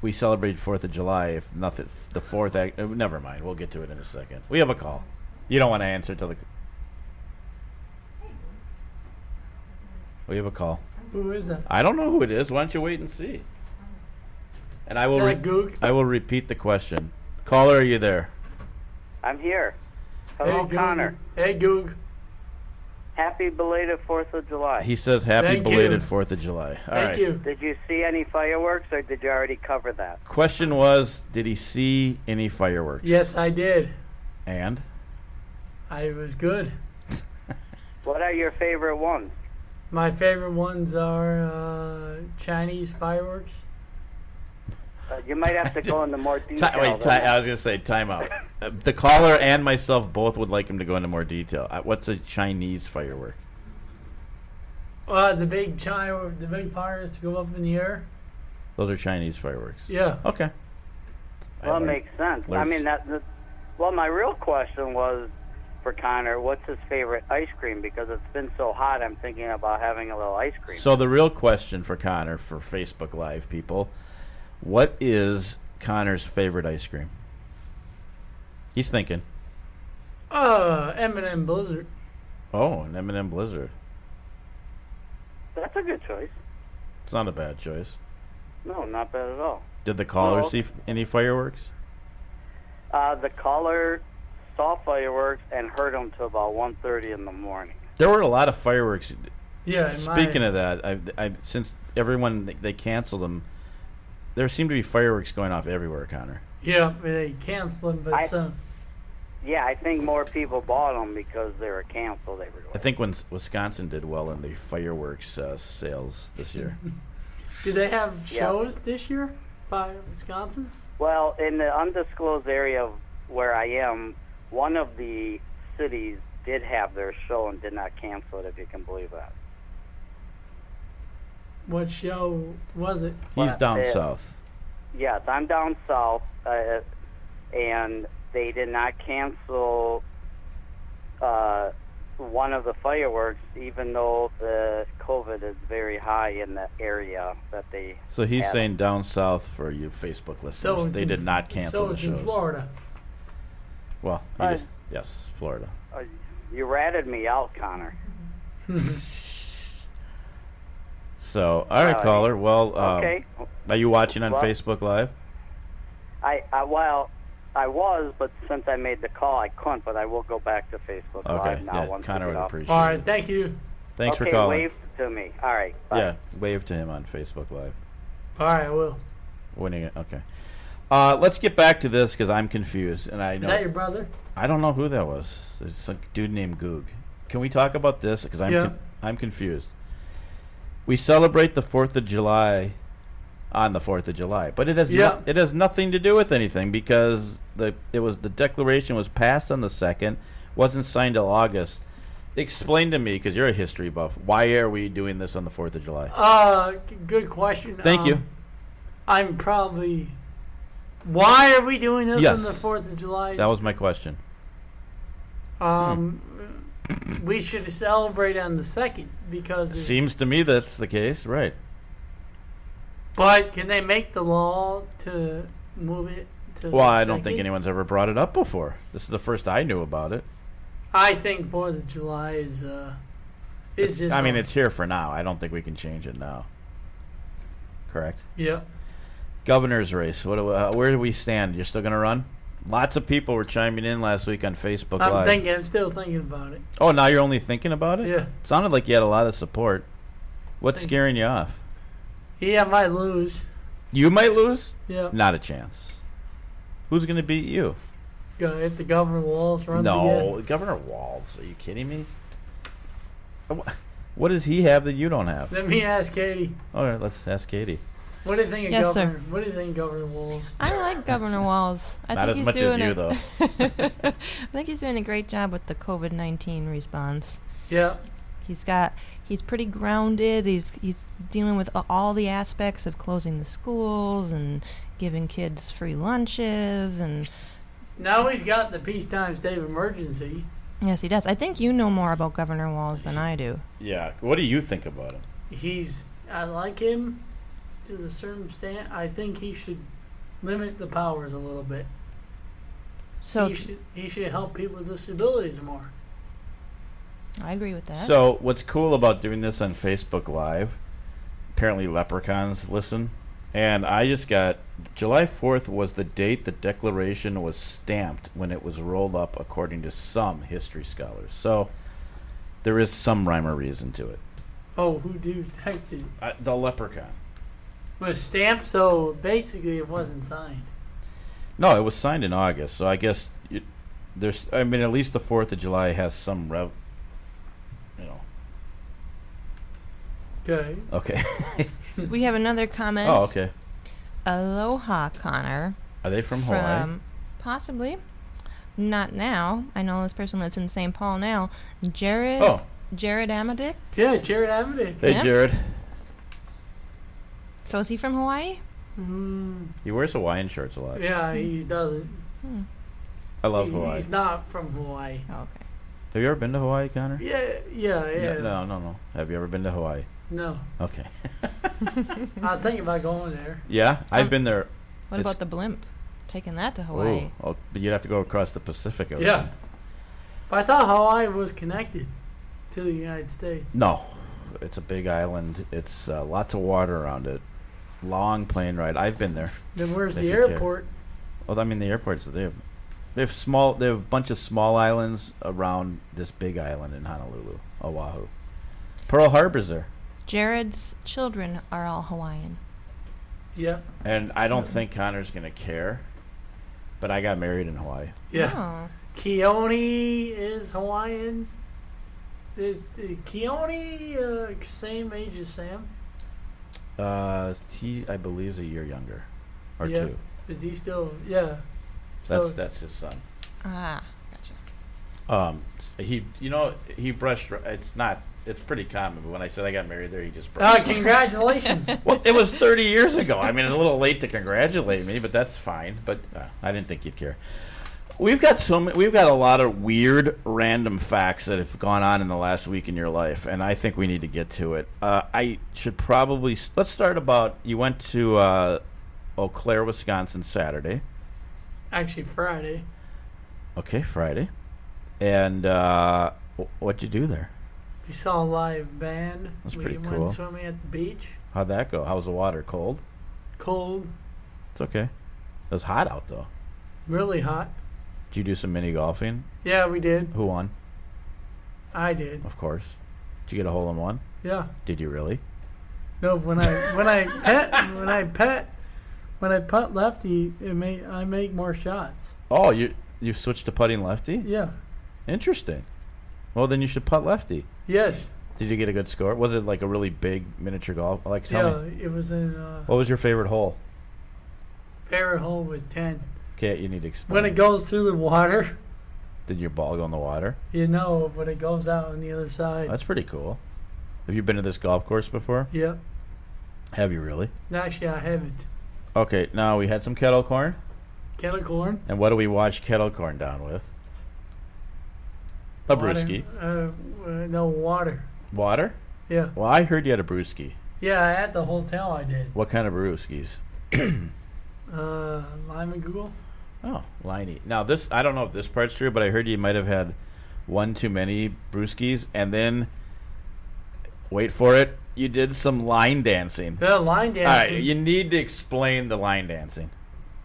[SPEAKER 2] we celebrate Fourth of July if nothing the fourth act uh, never mind we'll get to it in a second we have a call you don't want to answer till the we have a call
[SPEAKER 3] Who is that?
[SPEAKER 2] I don't know who it is why don't you wait and see and I
[SPEAKER 3] Is
[SPEAKER 2] will
[SPEAKER 3] that
[SPEAKER 2] re-
[SPEAKER 3] Gook?
[SPEAKER 2] I will repeat the question caller are you there
[SPEAKER 6] I'm here.
[SPEAKER 2] Oh,
[SPEAKER 3] Hey,
[SPEAKER 6] Hello,
[SPEAKER 3] Goog.
[SPEAKER 6] Connor.
[SPEAKER 3] Hey, Goog.
[SPEAKER 6] Happy belated Fourth of July.
[SPEAKER 2] he says happy
[SPEAKER 3] Thank you.
[SPEAKER 2] belated Fourth of July All
[SPEAKER 3] Thank
[SPEAKER 2] right.
[SPEAKER 3] you.
[SPEAKER 6] Did you see any fireworks, or did you already cover that?
[SPEAKER 2] question was did he see any fireworks
[SPEAKER 3] Yes, I did.
[SPEAKER 2] and
[SPEAKER 3] I was good.
[SPEAKER 6] What are your favorite ones?
[SPEAKER 3] My favorite ones are uh, Chinese fireworks.
[SPEAKER 6] Uh, you might have to go into
[SPEAKER 2] *laughs*
[SPEAKER 6] more detail.
[SPEAKER 2] Ti- wait,
[SPEAKER 6] than
[SPEAKER 2] ti- I
[SPEAKER 6] that.
[SPEAKER 2] was gonna say timeout. Uh, the caller and myself both would like him to go into more detail. Uh, what's a Chinese firework?
[SPEAKER 3] Uh, the big China, the big fireworks go up in the air.
[SPEAKER 2] Those are Chinese fireworks.
[SPEAKER 3] Yeah.
[SPEAKER 2] Okay. I
[SPEAKER 6] well, it
[SPEAKER 2] learned-
[SPEAKER 6] makes sense. I
[SPEAKER 2] learned-
[SPEAKER 6] mean, that. that- well, my real question was for Connor: What's his favorite ice cream? Because it's been so hot, I'm thinking about having a little ice cream.
[SPEAKER 2] So the real question for Connor for Facebook Live people, what is Connor's favorite ice cream? He's thinking.
[SPEAKER 3] Uh, M&M Blizzard.
[SPEAKER 2] Oh, an M&M Blizzard.
[SPEAKER 6] That's a good choice.
[SPEAKER 2] It's not a bad choice.
[SPEAKER 6] No, not bad at all.
[SPEAKER 2] Did the caller
[SPEAKER 6] No.
[SPEAKER 2] see f- any fireworks?
[SPEAKER 6] Uh, the caller saw fireworks and heard them till about 1.30 in the morning.
[SPEAKER 2] There were a lot of fireworks
[SPEAKER 3] Yeah. in my-
[SPEAKER 2] Speaking of that, I, I since everyone they canceled them, there seem to be fireworks going off everywhere, Connor.
[SPEAKER 3] Yeah, they cancel them, but
[SPEAKER 6] I-
[SPEAKER 3] some.
[SPEAKER 6] Yeah, I think more people bought them because they were canceled everywhere.
[SPEAKER 2] I think when S- Wisconsin did well in the fireworks uh, sales this year.
[SPEAKER 3] Do they have
[SPEAKER 6] Yeah.
[SPEAKER 3] shows this year by Wisconsin?
[SPEAKER 6] Well, in the undisclosed area of where I am, one of the cities did have their show and did not cancel it, if you can believe that.
[SPEAKER 3] What show was it?
[SPEAKER 2] He's
[SPEAKER 6] Well,
[SPEAKER 2] down
[SPEAKER 6] yeah.
[SPEAKER 2] south.
[SPEAKER 6] Yes, I'm down south, uh, and they did not cancel uh, one of the fireworks, even though the COVID is very high in the area that they.
[SPEAKER 2] So he's
[SPEAKER 6] had it.
[SPEAKER 2] saying down south for you Facebook listeners.
[SPEAKER 3] So it's
[SPEAKER 2] they
[SPEAKER 3] in-
[SPEAKER 2] did not cancel
[SPEAKER 3] So
[SPEAKER 2] the
[SPEAKER 3] it's
[SPEAKER 2] shows.
[SPEAKER 3] in Florida.
[SPEAKER 2] Well, he
[SPEAKER 6] Right.
[SPEAKER 2] just, yes, Florida.
[SPEAKER 6] Uh, you ratted me out, Connor.
[SPEAKER 2] So all right,
[SPEAKER 6] Right.
[SPEAKER 2] caller. Well, um,
[SPEAKER 6] Okay.
[SPEAKER 2] Are you watching on
[SPEAKER 6] Well-
[SPEAKER 2] Facebook Live?
[SPEAKER 6] I, I well, I was, but since I made the call, I couldn't. But I will go back to Facebook
[SPEAKER 2] Okay.
[SPEAKER 6] Live now.
[SPEAKER 2] Yeah,
[SPEAKER 6] once
[SPEAKER 2] Connor
[SPEAKER 6] we
[SPEAKER 2] would
[SPEAKER 6] get off.
[SPEAKER 2] appreciate.
[SPEAKER 3] All
[SPEAKER 2] it.
[SPEAKER 3] right, thank you.
[SPEAKER 2] Thanks
[SPEAKER 6] okay,
[SPEAKER 2] for calling.
[SPEAKER 6] wave to me. All right. Bye.
[SPEAKER 2] Yeah, wave to him on Facebook Live.
[SPEAKER 3] All right, well,
[SPEAKER 2] Winning it. Okay. Uh, let's get back to this because I'm confused and I
[SPEAKER 3] is that
[SPEAKER 2] know
[SPEAKER 3] your brother?
[SPEAKER 2] I don't know who that was. It's some dude named Goog. Can we talk about this? Because I'm
[SPEAKER 3] Yeah.
[SPEAKER 2] con- I'm confused. We celebrate the Fourth of July on the Fourth of July, but it has no-
[SPEAKER 3] Yeah.
[SPEAKER 2] it has nothing to do with anything because the it was the Declaration was passed on the second, wasn't signed till August. Explain to me, because you're a history buff, why are we doing this on the Fourth of July?
[SPEAKER 3] Uh, g- good question.
[SPEAKER 2] Thank
[SPEAKER 3] Um,
[SPEAKER 2] you.
[SPEAKER 3] I'm probably. Why are we doing this
[SPEAKER 2] Yes.
[SPEAKER 3] on the Fourth of July?
[SPEAKER 2] That was my question.
[SPEAKER 3] Um,
[SPEAKER 2] Hmm.
[SPEAKER 3] we should celebrate on the second because. it-
[SPEAKER 2] Seems to me that's the case, right?
[SPEAKER 3] but can they make the law to move it to?
[SPEAKER 2] Well,
[SPEAKER 3] the
[SPEAKER 2] I don't think
[SPEAKER 3] second?
[SPEAKER 2] anyone's ever brought it up before. This is the first I knew about it.
[SPEAKER 3] I think Fourth of July is. Uh, is just.
[SPEAKER 2] I mean,
[SPEAKER 3] a-
[SPEAKER 2] it's here for now. I don't think we can change it now. Correct.
[SPEAKER 3] Yeah.
[SPEAKER 2] Governor's race. What? do- Uh, where do we stand? You're still going to run? Lots of people were chiming in last week on Facebook
[SPEAKER 3] I'm
[SPEAKER 2] Live.
[SPEAKER 3] thinking. I'm still thinking about it.
[SPEAKER 2] oh, now you're only thinking about it?
[SPEAKER 3] Yeah.
[SPEAKER 2] Sounded like you had a lot of support. What's
[SPEAKER 3] Thank-
[SPEAKER 2] scaring you off?
[SPEAKER 3] Yeah, I might lose.
[SPEAKER 2] You might lose.
[SPEAKER 3] Yeah.
[SPEAKER 2] Not a chance. Who's going to beat you?
[SPEAKER 3] Go- If the governor Walls runs
[SPEAKER 2] no,
[SPEAKER 3] again.
[SPEAKER 2] Governor Walls. Are you kidding me? Wha- What does he have that you don't have?
[SPEAKER 3] Let me ask Katie.
[SPEAKER 2] All right, let's ask Katie.
[SPEAKER 3] What do you think of
[SPEAKER 4] Yes, sir.
[SPEAKER 3] Governor? What do you think, of Governor Walls?
[SPEAKER 2] *laughs*
[SPEAKER 4] I like Governor Walls. I
[SPEAKER 2] Not
[SPEAKER 4] think
[SPEAKER 2] as
[SPEAKER 4] he's
[SPEAKER 2] much as
[SPEAKER 4] doing
[SPEAKER 2] you,
[SPEAKER 4] a-
[SPEAKER 2] though.
[SPEAKER 4] *laughs* I think he's doing a great job with the COVID nineteen response.
[SPEAKER 3] Yeah,
[SPEAKER 4] He's got he's pretty grounded. He's he's dealing with a- all the aspects of closing the schools and giving kids free lunches and
[SPEAKER 3] now he's got the peacetime state of emergency.
[SPEAKER 4] yes, he does. I think you know more about Governor Walls than I do.
[SPEAKER 2] Yeah. What do you think about him?
[SPEAKER 3] He's I like him to a certain extent. I think he should limit the powers a little bit.
[SPEAKER 4] So
[SPEAKER 3] he should he should help people with disabilities more.
[SPEAKER 4] I agree with that.
[SPEAKER 2] So what's cool about doing this on Facebook Live? Apparently, leprechauns listen. And I just got July 4th was the date the Declaration was stamped when it was rolled up, according to some history scholars. So there is some rhyme or reason to it.
[SPEAKER 3] Oh, who do detected
[SPEAKER 2] Uh, the leprechaun.
[SPEAKER 3] was stamped? So basically, it wasn't signed.
[SPEAKER 2] No, it was signed in August, so I guess it, there's. I mean, at least the Fourth of July has some rev. You know.
[SPEAKER 3] Okay.
[SPEAKER 2] *laughs* Okay.
[SPEAKER 4] So we have another comment.
[SPEAKER 2] oh, okay.
[SPEAKER 4] Aloha, Connor.
[SPEAKER 2] Are they from Hawaii?
[SPEAKER 4] From possibly. Not now. I know this person lives in St. Paul now. Jared
[SPEAKER 2] oh,
[SPEAKER 4] Jared Amadick.
[SPEAKER 3] Yeah, Jared Avenue.
[SPEAKER 2] hey
[SPEAKER 4] yeah.
[SPEAKER 2] Jared.
[SPEAKER 4] So is he from Hawaii?
[SPEAKER 3] Mm,
[SPEAKER 2] He wears Hawaiian shirts a lot.
[SPEAKER 3] yeah, he doesn't.
[SPEAKER 2] I love
[SPEAKER 3] He-
[SPEAKER 2] Hawaii.
[SPEAKER 3] he's not from Hawaii.
[SPEAKER 4] Oh, okay.
[SPEAKER 2] Have you ever been to Hawaii, Connor?
[SPEAKER 3] Yeah, yeah,
[SPEAKER 2] No,
[SPEAKER 3] yeah.
[SPEAKER 2] No, no, no. Have you ever been to Hawaii?
[SPEAKER 3] no.
[SPEAKER 2] Okay. *laughs*
[SPEAKER 3] I think about going there.
[SPEAKER 2] Yeah, I've
[SPEAKER 4] Um,
[SPEAKER 2] been there. It's-
[SPEAKER 4] What about the blimp? Taking that to Hawaii.
[SPEAKER 2] Ooh, oh, but you'd have to go across the Pacific Ocean.
[SPEAKER 3] Yeah. But I thought Hawaii was connected to the United States.
[SPEAKER 2] No, it's a big island. It's uh, lots of water around it. Long plane ride. I've been there.
[SPEAKER 3] Then where's
[SPEAKER 2] If
[SPEAKER 3] the
[SPEAKER 2] you care.
[SPEAKER 3] airport?
[SPEAKER 2] Well, I mean, the airports they have they have small they have a bunch of small islands around this big island in Honolulu, Oahu. Pearl Harbor's there,
[SPEAKER 4] Jared's children are all Hawaiian.
[SPEAKER 3] Yeah.
[SPEAKER 2] and I don't think Connor's gonna care. But I got married in Hawaii.
[SPEAKER 3] Yeah.
[SPEAKER 4] Oh.
[SPEAKER 3] Keone is Hawaiian. Is, is Keone uh, same age as Sam?
[SPEAKER 2] Uh, he, I believe, is a year younger, or
[SPEAKER 3] Yeah.
[SPEAKER 2] two.
[SPEAKER 3] Is he still? Yeah.
[SPEAKER 2] That's
[SPEAKER 3] So-
[SPEAKER 2] that's his son.
[SPEAKER 4] Ah, gotcha.
[SPEAKER 2] Um, s- he, you know, he brushed. r- It's not. It's pretty common. But when I said I got married there, he just brushed.
[SPEAKER 3] Ah, congratulations. *laughs*
[SPEAKER 2] Well, it was 30 years ago. I mean, a little late to congratulate me, but that's fine. But uh, I didn't think you'd care. We've got so many, we've got a lot of weird, random facts that have gone on in the last week in your life, and I think we need to get to it. Uh, I should probably s- let's start about you went to uh, Eau Claire, Wisconsin, Saturday.
[SPEAKER 3] Actually, Friday.
[SPEAKER 2] Okay, Friday, and uh, wh- what'd you do there?
[SPEAKER 3] We saw a live band.
[SPEAKER 2] That's
[SPEAKER 3] we
[SPEAKER 2] pretty
[SPEAKER 3] went
[SPEAKER 2] cool.
[SPEAKER 3] swimming at the beach.
[SPEAKER 2] How'd that go? How was the water? Cold?
[SPEAKER 3] Cold,
[SPEAKER 2] It's okay. It was hot out though.
[SPEAKER 3] really hot.
[SPEAKER 2] Did you do some mini golfing?
[SPEAKER 3] Yeah, we did.
[SPEAKER 2] Who won?
[SPEAKER 3] I did.
[SPEAKER 2] Of course. Did you get a hole in one?
[SPEAKER 3] Yeah.
[SPEAKER 2] Did you really?
[SPEAKER 3] No, when I when I pet when I pet when I putt lefty, it may I make more shots.
[SPEAKER 2] Oh, you you switched to putting lefty?
[SPEAKER 3] Yeah.
[SPEAKER 2] Interesting. Well, then you should putt lefty.
[SPEAKER 3] Yes.
[SPEAKER 2] Did you get a good score? Was it like a really big miniature golf? Like tell
[SPEAKER 3] Yeah.
[SPEAKER 2] me,
[SPEAKER 3] It was in uh,
[SPEAKER 2] what was your favorite hole?
[SPEAKER 3] favorite hole was ten.
[SPEAKER 2] Okay, you need to explain.
[SPEAKER 3] When it goes through the water, *laughs*
[SPEAKER 2] Did your ball go in the water?
[SPEAKER 3] you know, but it goes out on the other side.
[SPEAKER 2] That's pretty cool. Have you been to this golf course before?
[SPEAKER 3] yep.
[SPEAKER 2] Have you really?
[SPEAKER 3] Actually, I haven't.
[SPEAKER 2] Okay, now we had some kettle corn,
[SPEAKER 3] Kettle corn.
[SPEAKER 2] and what do we wash kettle corn down with? A brewski.
[SPEAKER 3] Water, uh, uh, no water.
[SPEAKER 2] Water?
[SPEAKER 3] Yeah.
[SPEAKER 2] Well, I heard you had a brewski.
[SPEAKER 3] Yeah. At the hotel, I did.
[SPEAKER 2] What kind of brewskis?
[SPEAKER 3] Uh, lime and Google.
[SPEAKER 2] Oh, liney. Now this, I don't know if this part's true, but I heard you might have had one too many brewskis, and then wait for it, you did some line dancing.
[SPEAKER 3] Yeah, line
[SPEAKER 2] All right,
[SPEAKER 3] dancing.
[SPEAKER 2] you need to explain the line dancing.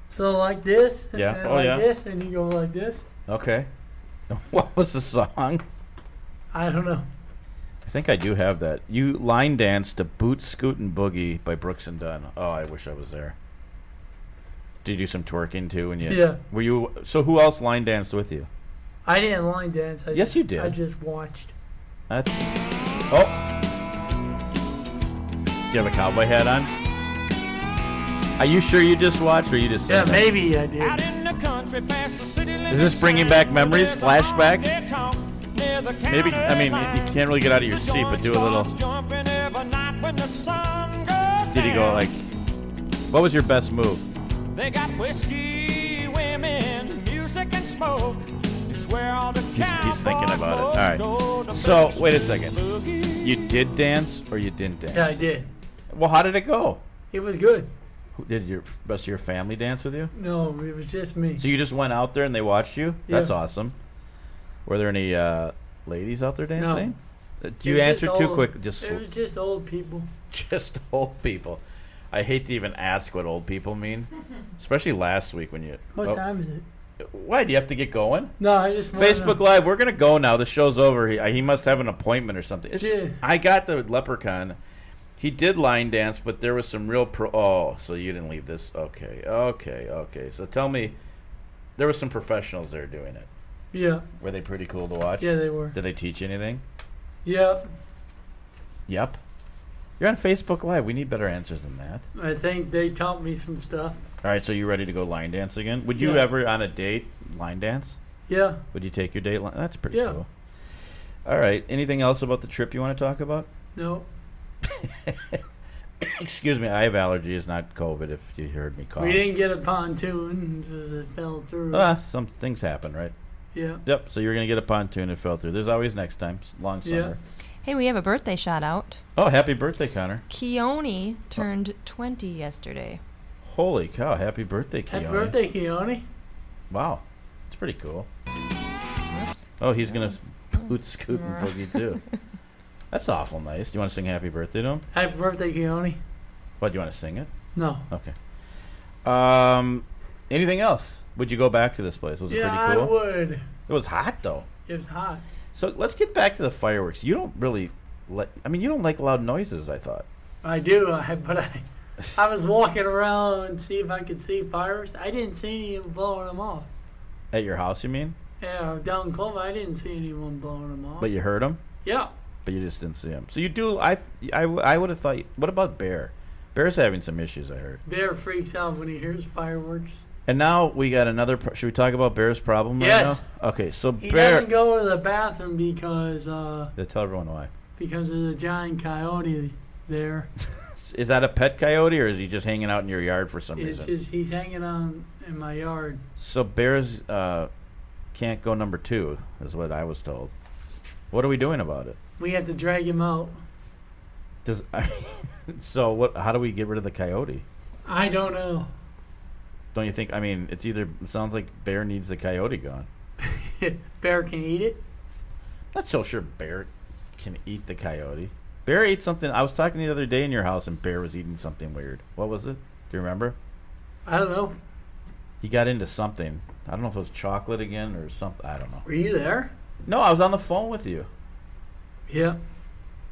[SPEAKER 3] so like this. and
[SPEAKER 2] Yeah.
[SPEAKER 3] then
[SPEAKER 2] Oh,
[SPEAKER 3] like
[SPEAKER 2] yeah.
[SPEAKER 3] This, and you go like this.
[SPEAKER 2] Okay. *laughs* What was the song?
[SPEAKER 3] I don't know.
[SPEAKER 2] I think I do have that. You line danced to "Boot Scootin' Boogie" by Brooks and Dunn. Oh, I wish I was there. Did you do some twerking too? And you,
[SPEAKER 3] Yeah.
[SPEAKER 2] Were you? So who else line danced with you?
[SPEAKER 3] I didn't line dance. I
[SPEAKER 2] Yes,
[SPEAKER 3] just,
[SPEAKER 2] you did.
[SPEAKER 3] I just watched.
[SPEAKER 2] That's. Oh! Do you have a cowboy hat on? Are you sure you just watched or you just
[SPEAKER 3] Yeah,
[SPEAKER 2] said that?
[SPEAKER 3] maybe I did.
[SPEAKER 2] Is this bringing back memories, flashbacks? Maybe, I mean, you you can't really get out of your seat, but do a little. Did you go like. What was your best move?
[SPEAKER 7] They got whiskey, women, music, and smoke. It's where all the
[SPEAKER 2] He's, he's thinking
[SPEAKER 7] cowboy
[SPEAKER 2] about
[SPEAKER 7] folk
[SPEAKER 2] it.
[SPEAKER 7] go
[SPEAKER 2] All
[SPEAKER 7] to
[SPEAKER 2] right. So,
[SPEAKER 7] boogie,
[SPEAKER 2] wait a second.
[SPEAKER 7] boogie.
[SPEAKER 2] You did dance or you didn't dance?
[SPEAKER 3] Yeah, I did.
[SPEAKER 2] Well, how did it go?
[SPEAKER 3] It was good.
[SPEAKER 2] Who- Did your rest of your family dance with you?
[SPEAKER 3] No, it was just me.
[SPEAKER 2] So you just went out there and they watched you? That's
[SPEAKER 3] Yeah.
[SPEAKER 2] awesome. Were there any uh, ladies out there dancing? Uh,
[SPEAKER 3] It
[SPEAKER 2] You
[SPEAKER 3] was
[SPEAKER 2] answered
[SPEAKER 3] just
[SPEAKER 2] too
[SPEAKER 3] old-
[SPEAKER 2] quick. Just Oh.
[SPEAKER 3] It was just old people.
[SPEAKER 2] *laughs* just old people. I hate to even ask what old people mean, especially last week when you.
[SPEAKER 3] What
[SPEAKER 2] oh,
[SPEAKER 3] time is it?
[SPEAKER 2] Why do you have to get going?
[SPEAKER 3] No, I just wanna
[SPEAKER 2] Facebook
[SPEAKER 3] know.
[SPEAKER 2] Live, we're gonna go now. The show's over. He, he must have an appointment or something. It's-
[SPEAKER 3] Yeah.
[SPEAKER 2] I got the leprechaun. He did line dance, but there was some real pro. Oh, so you didn't leave this? Okay, okay, okay. So tell me, there were some professionals there doing it.
[SPEAKER 3] Yeah,
[SPEAKER 2] Were they pretty cool to watch?
[SPEAKER 3] yeah, they were.
[SPEAKER 2] Did they teach you anything?
[SPEAKER 3] Yep.
[SPEAKER 2] Yep. You're on Facebook Live. We need better answers than that.
[SPEAKER 3] I think they taught me some stuff.
[SPEAKER 2] All right, so you ready to go line dance again? Would you
[SPEAKER 3] Yeah.
[SPEAKER 2] ever on a date line dance?
[SPEAKER 3] Yeah.
[SPEAKER 2] Would you take your date line? That's pretty
[SPEAKER 3] Yeah.
[SPEAKER 2] cool. All right. Anything else about the trip you want to talk about?
[SPEAKER 3] No.
[SPEAKER 2] Excuse me, I have allergies, not COVID. If you heard me cough,
[SPEAKER 3] We didn't get a pontoon. 'cause It fell through.
[SPEAKER 2] ah, some things happen, right?
[SPEAKER 3] yeah.
[SPEAKER 2] Yep. So you're gonna get a pontoon. It fell through. There's always next time. S- Long
[SPEAKER 3] Yeah.
[SPEAKER 2] summer.
[SPEAKER 4] Hey, we have a birthday shout out.
[SPEAKER 2] Oh, happy birthday, Connor!
[SPEAKER 4] Keone turned 20 yesterday.
[SPEAKER 2] Holy cow! Happy birthday, Keone.
[SPEAKER 3] Happy birthday, Keone.
[SPEAKER 2] Wow, it's pretty cool.
[SPEAKER 4] Oops.
[SPEAKER 2] Oh, he's gonna s- boot scoot and boogie too. That's awful nice. Do you want to sing happy birthday to him?
[SPEAKER 3] Happy birthday, Keone.
[SPEAKER 2] What? Do you want to sing it?
[SPEAKER 3] No.
[SPEAKER 2] Okay. Um, anything else? Would you go back to this place? Was it
[SPEAKER 3] Yeah,
[SPEAKER 2] pretty cool?
[SPEAKER 3] I would.
[SPEAKER 2] It was hot though.
[SPEAKER 3] It was hot.
[SPEAKER 2] So let's get back to the fireworks. You don't really le- I mean, you don't like loud noises. I thought.
[SPEAKER 3] I do, I, but I, I was walking around and see if I could see fires. I didn't see anyone blowing them off.
[SPEAKER 2] At your house, you mean?
[SPEAKER 3] Yeah, down in Clover, I didn't see anyone blowing them off.
[SPEAKER 2] But you heard them,
[SPEAKER 3] yeah,
[SPEAKER 2] but you just didn't see them. So you do. I I, I would have thought. What about Bear? Bear's having some issues. I heard.
[SPEAKER 3] Bear freaks out when he hears fireworks.
[SPEAKER 2] And now we got another. Pro- should we talk about Bear's problem?
[SPEAKER 3] Yes.
[SPEAKER 2] Right now? Okay. So
[SPEAKER 3] He
[SPEAKER 2] Bear.
[SPEAKER 3] doesn't go to the bathroom because uh,
[SPEAKER 2] Yeah, tell everyone why.
[SPEAKER 3] because there's a giant coyote there.
[SPEAKER 2] Is that a pet coyote or is he just hanging out in your yard for some
[SPEAKER 3] It's
[SPEAKER 2] reason?
[SPEAKER 3] just he's hanging on in my yard.
[SPEAKER 2] So Bears uh, can't go number two, is what I was told. What are we doing about it?
[SPEAKER 3] We have to drag him out.
[SPEAKER 2] Does *laughs* so what? How do we get rid of the coyote?
[SPEAKER 3] I don't know. *laughs*
[SPEAKER 2] Don't you think? I mean, it's either it sounds like Bear needs the coyote gone.
[SPEAKER 3] Bear can eat it.
[SPEAKER 2] Not so sure Bear can eat the coyote. Bear ate something. I was talking the other day in your house, and Bear was eating something weird. What was it? Do you remember?
[SPEAKER 3] I don't know.
[SPEAKER 2] He got into something. I don't know if it was chocolate again or something. I don't know.
[SPEAKER 3] Were you there?
[SPEAKER 2] No, I was on the phone with you.
[SPEAKER 3] Yeah.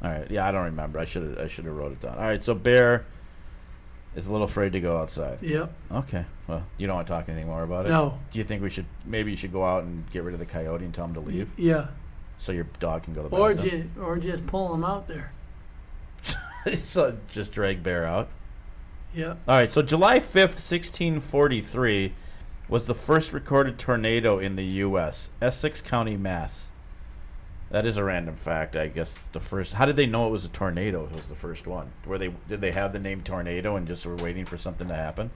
[SPEAKER 2] All right. Yeah, I don't remember. I should have. I should have wrote it down. All right. So Bear is a little afraid to go outside.
[SPEAKER 3] Yep.
[SPEAKER 2] Okay. Well, you don't want to talk anything more about it.
[SPEAKER 3] No.
[SPEAKER 2] Do you think we should? Maybe you should go out and get rid of the coyote and tell him to leave,
[SPEAKER 3] Yeah.
[SPEAKER 2] so your dog can go to the *laughs*
[SPEAKER 3] Or
[SPEAKER 2] bathroom.
[SPEAKER 3] just or just pull him out there.
[SPEAKER 2] so just drag Bear out.
[SPEAKER 3] Yep.
[SPEAKER 2] All right. So July fifth, sixteen forty-three, was the first recorded tornado in the U.S. Essex County, Mass. That is a random fact, I guess. The first. How did they know it was a tornado? If it was the first one. Were they? Did they have the name tornado and just were waiting for something to happen?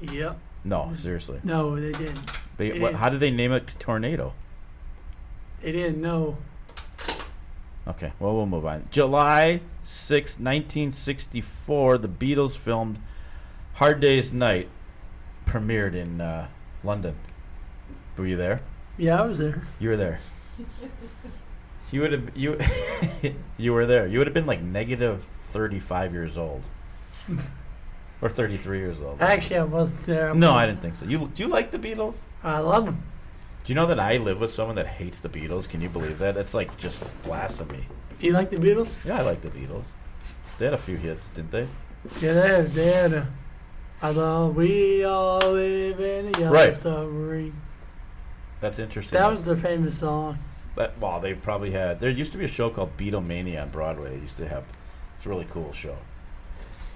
[SPEAKER 3] Yep.
[SPEAKER 2] No, seriously.
[SPEAKER 3] No, they didn't.
[SPEAKER 2] They,
[SPEAKER 3] It
[SPEAKER 2] what,
[SPEAKER 3] is.
[SPEAKER 2] how did they name it tornado?
[SPEAKER 3] They didn't know.
[SPEAKER 2] Okay, well, we'll move on. July 6, 1964, the Beatles filmed Hard Day's Night, premiered in uh, London. Were you there?
[SPEAKER 3] Yeah, I was there.
[SPEAKER 2] You were there. you would have you *laughs* you were there. You would have been like negative 35 years old. or 33 years old.
[SPEAKER 3] Actually, I wasn't there.
[SPEAKER 2] no, I didn't think so. You do you like the Beatles?
[SPEAKER 3] I love him.
[SPEAKER 2] Do you know that I live with someone that hates the Beatles? Can you believe that? That's like just blasphemy.
[SPEAKER 3] Do you like the Beatles?
[SPEAKER 2] Yeah, I like the Beatles. They had a few hits, didn't they?
[SPEAKER 3] Yeah, they have. They had a, I love. We all live in a yellow
[SPEAKER 2] Right.
[SPEAKER 3] submarine.
[SPEAKER 2] That's interesting.
[SPEAKER 3] That was their famous song.
[SPEAKER 2] But, well, they probably had. There used to be a show called Beatlemania on Broadway. They used to have. It's a really cool show.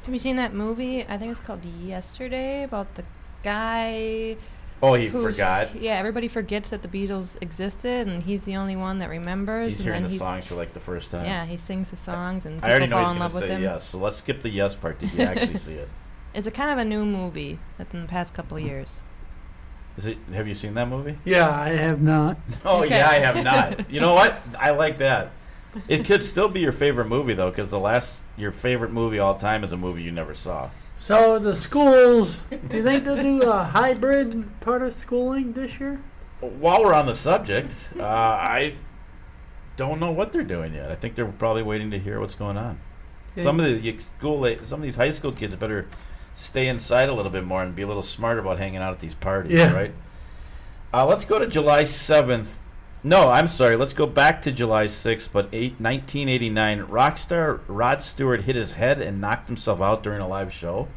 [SPEAKER 4] Have you seen that movie? I think it's called Yesterday about the guy
[SPEAKER 2] Oh, he
[SPEAKER 4] who's-
[SPEAKER 2] forgot.
[SPEAKER 4] Yeah, everybody forgets that the Beatles existed, and he's the only one that remembers.
[SPEAKER 2] He's
[SPEAKER 4] and
[SPEAKER 2] hearing
[SPEAKER 4] then
[SPEAKER 2] the
[SPEAKER 4] he's,
[SPEAKER 2] songs for like the first time.
[SPEAKER 4] Yeah, he sings the songs, and
[SPEAKER 2] I already
[SPEAKER 4] people
[SPEAKER 2] know he's
[SPEAKER 4] fall
[SPEAKER 2] going
[SPEAKER 4] in love
[SPEAKER 2] to
[SPEAKER 4] with
[SPEAKER 2] say
[SPEAKER 4] him.
[SPEAKER 2] yes. So let's skip the yes part. Did you actually see
[SPEAKER 4] *laughs*
[SPEAKER 2] it?
[SPEAKER 4] It's a kind of a new movie within the past couple
[SPEAKER 2] Hmm.
[SPEAKER 4] years.
[SPEAKER 2] Is it? Have you seen that
[SPEAKER 4] *laughs*
[SPEAKER 2] movie?
[SPEAKER 3] Yeah, I have not.
[SPEAKER 2] Oh
[SPEAKER 4] Okay.
[SPEAKER 2] yeah, I have
[SPEAKER 4] *laughs*
[SPEAKER 2] not. You know what? I like that. It could still be your favorite movie though, because the last your favorite movie all time is a movie you never saw.
[SPEAKER 3] So the schools. Do you think they'll do a hybrid part of schooling this year?
[SPEAKER 2] While we're on the subject, uh, I don't know what they're doing yet. I think they're probably waiting to hear what's going on. Some of the ex- school, some of these high school kids better stay inside a little bit more and be a little smarter about hanging out at these parties,
[SPEAKER 3] Yeah.
[SPEAKER 2] right? Uh, let's go to July seventh. No, I'm sorry. Let's go back to July 6th, but eight, 1989. Rock star Rod Stewart hit his head and knocked himself out during a live show.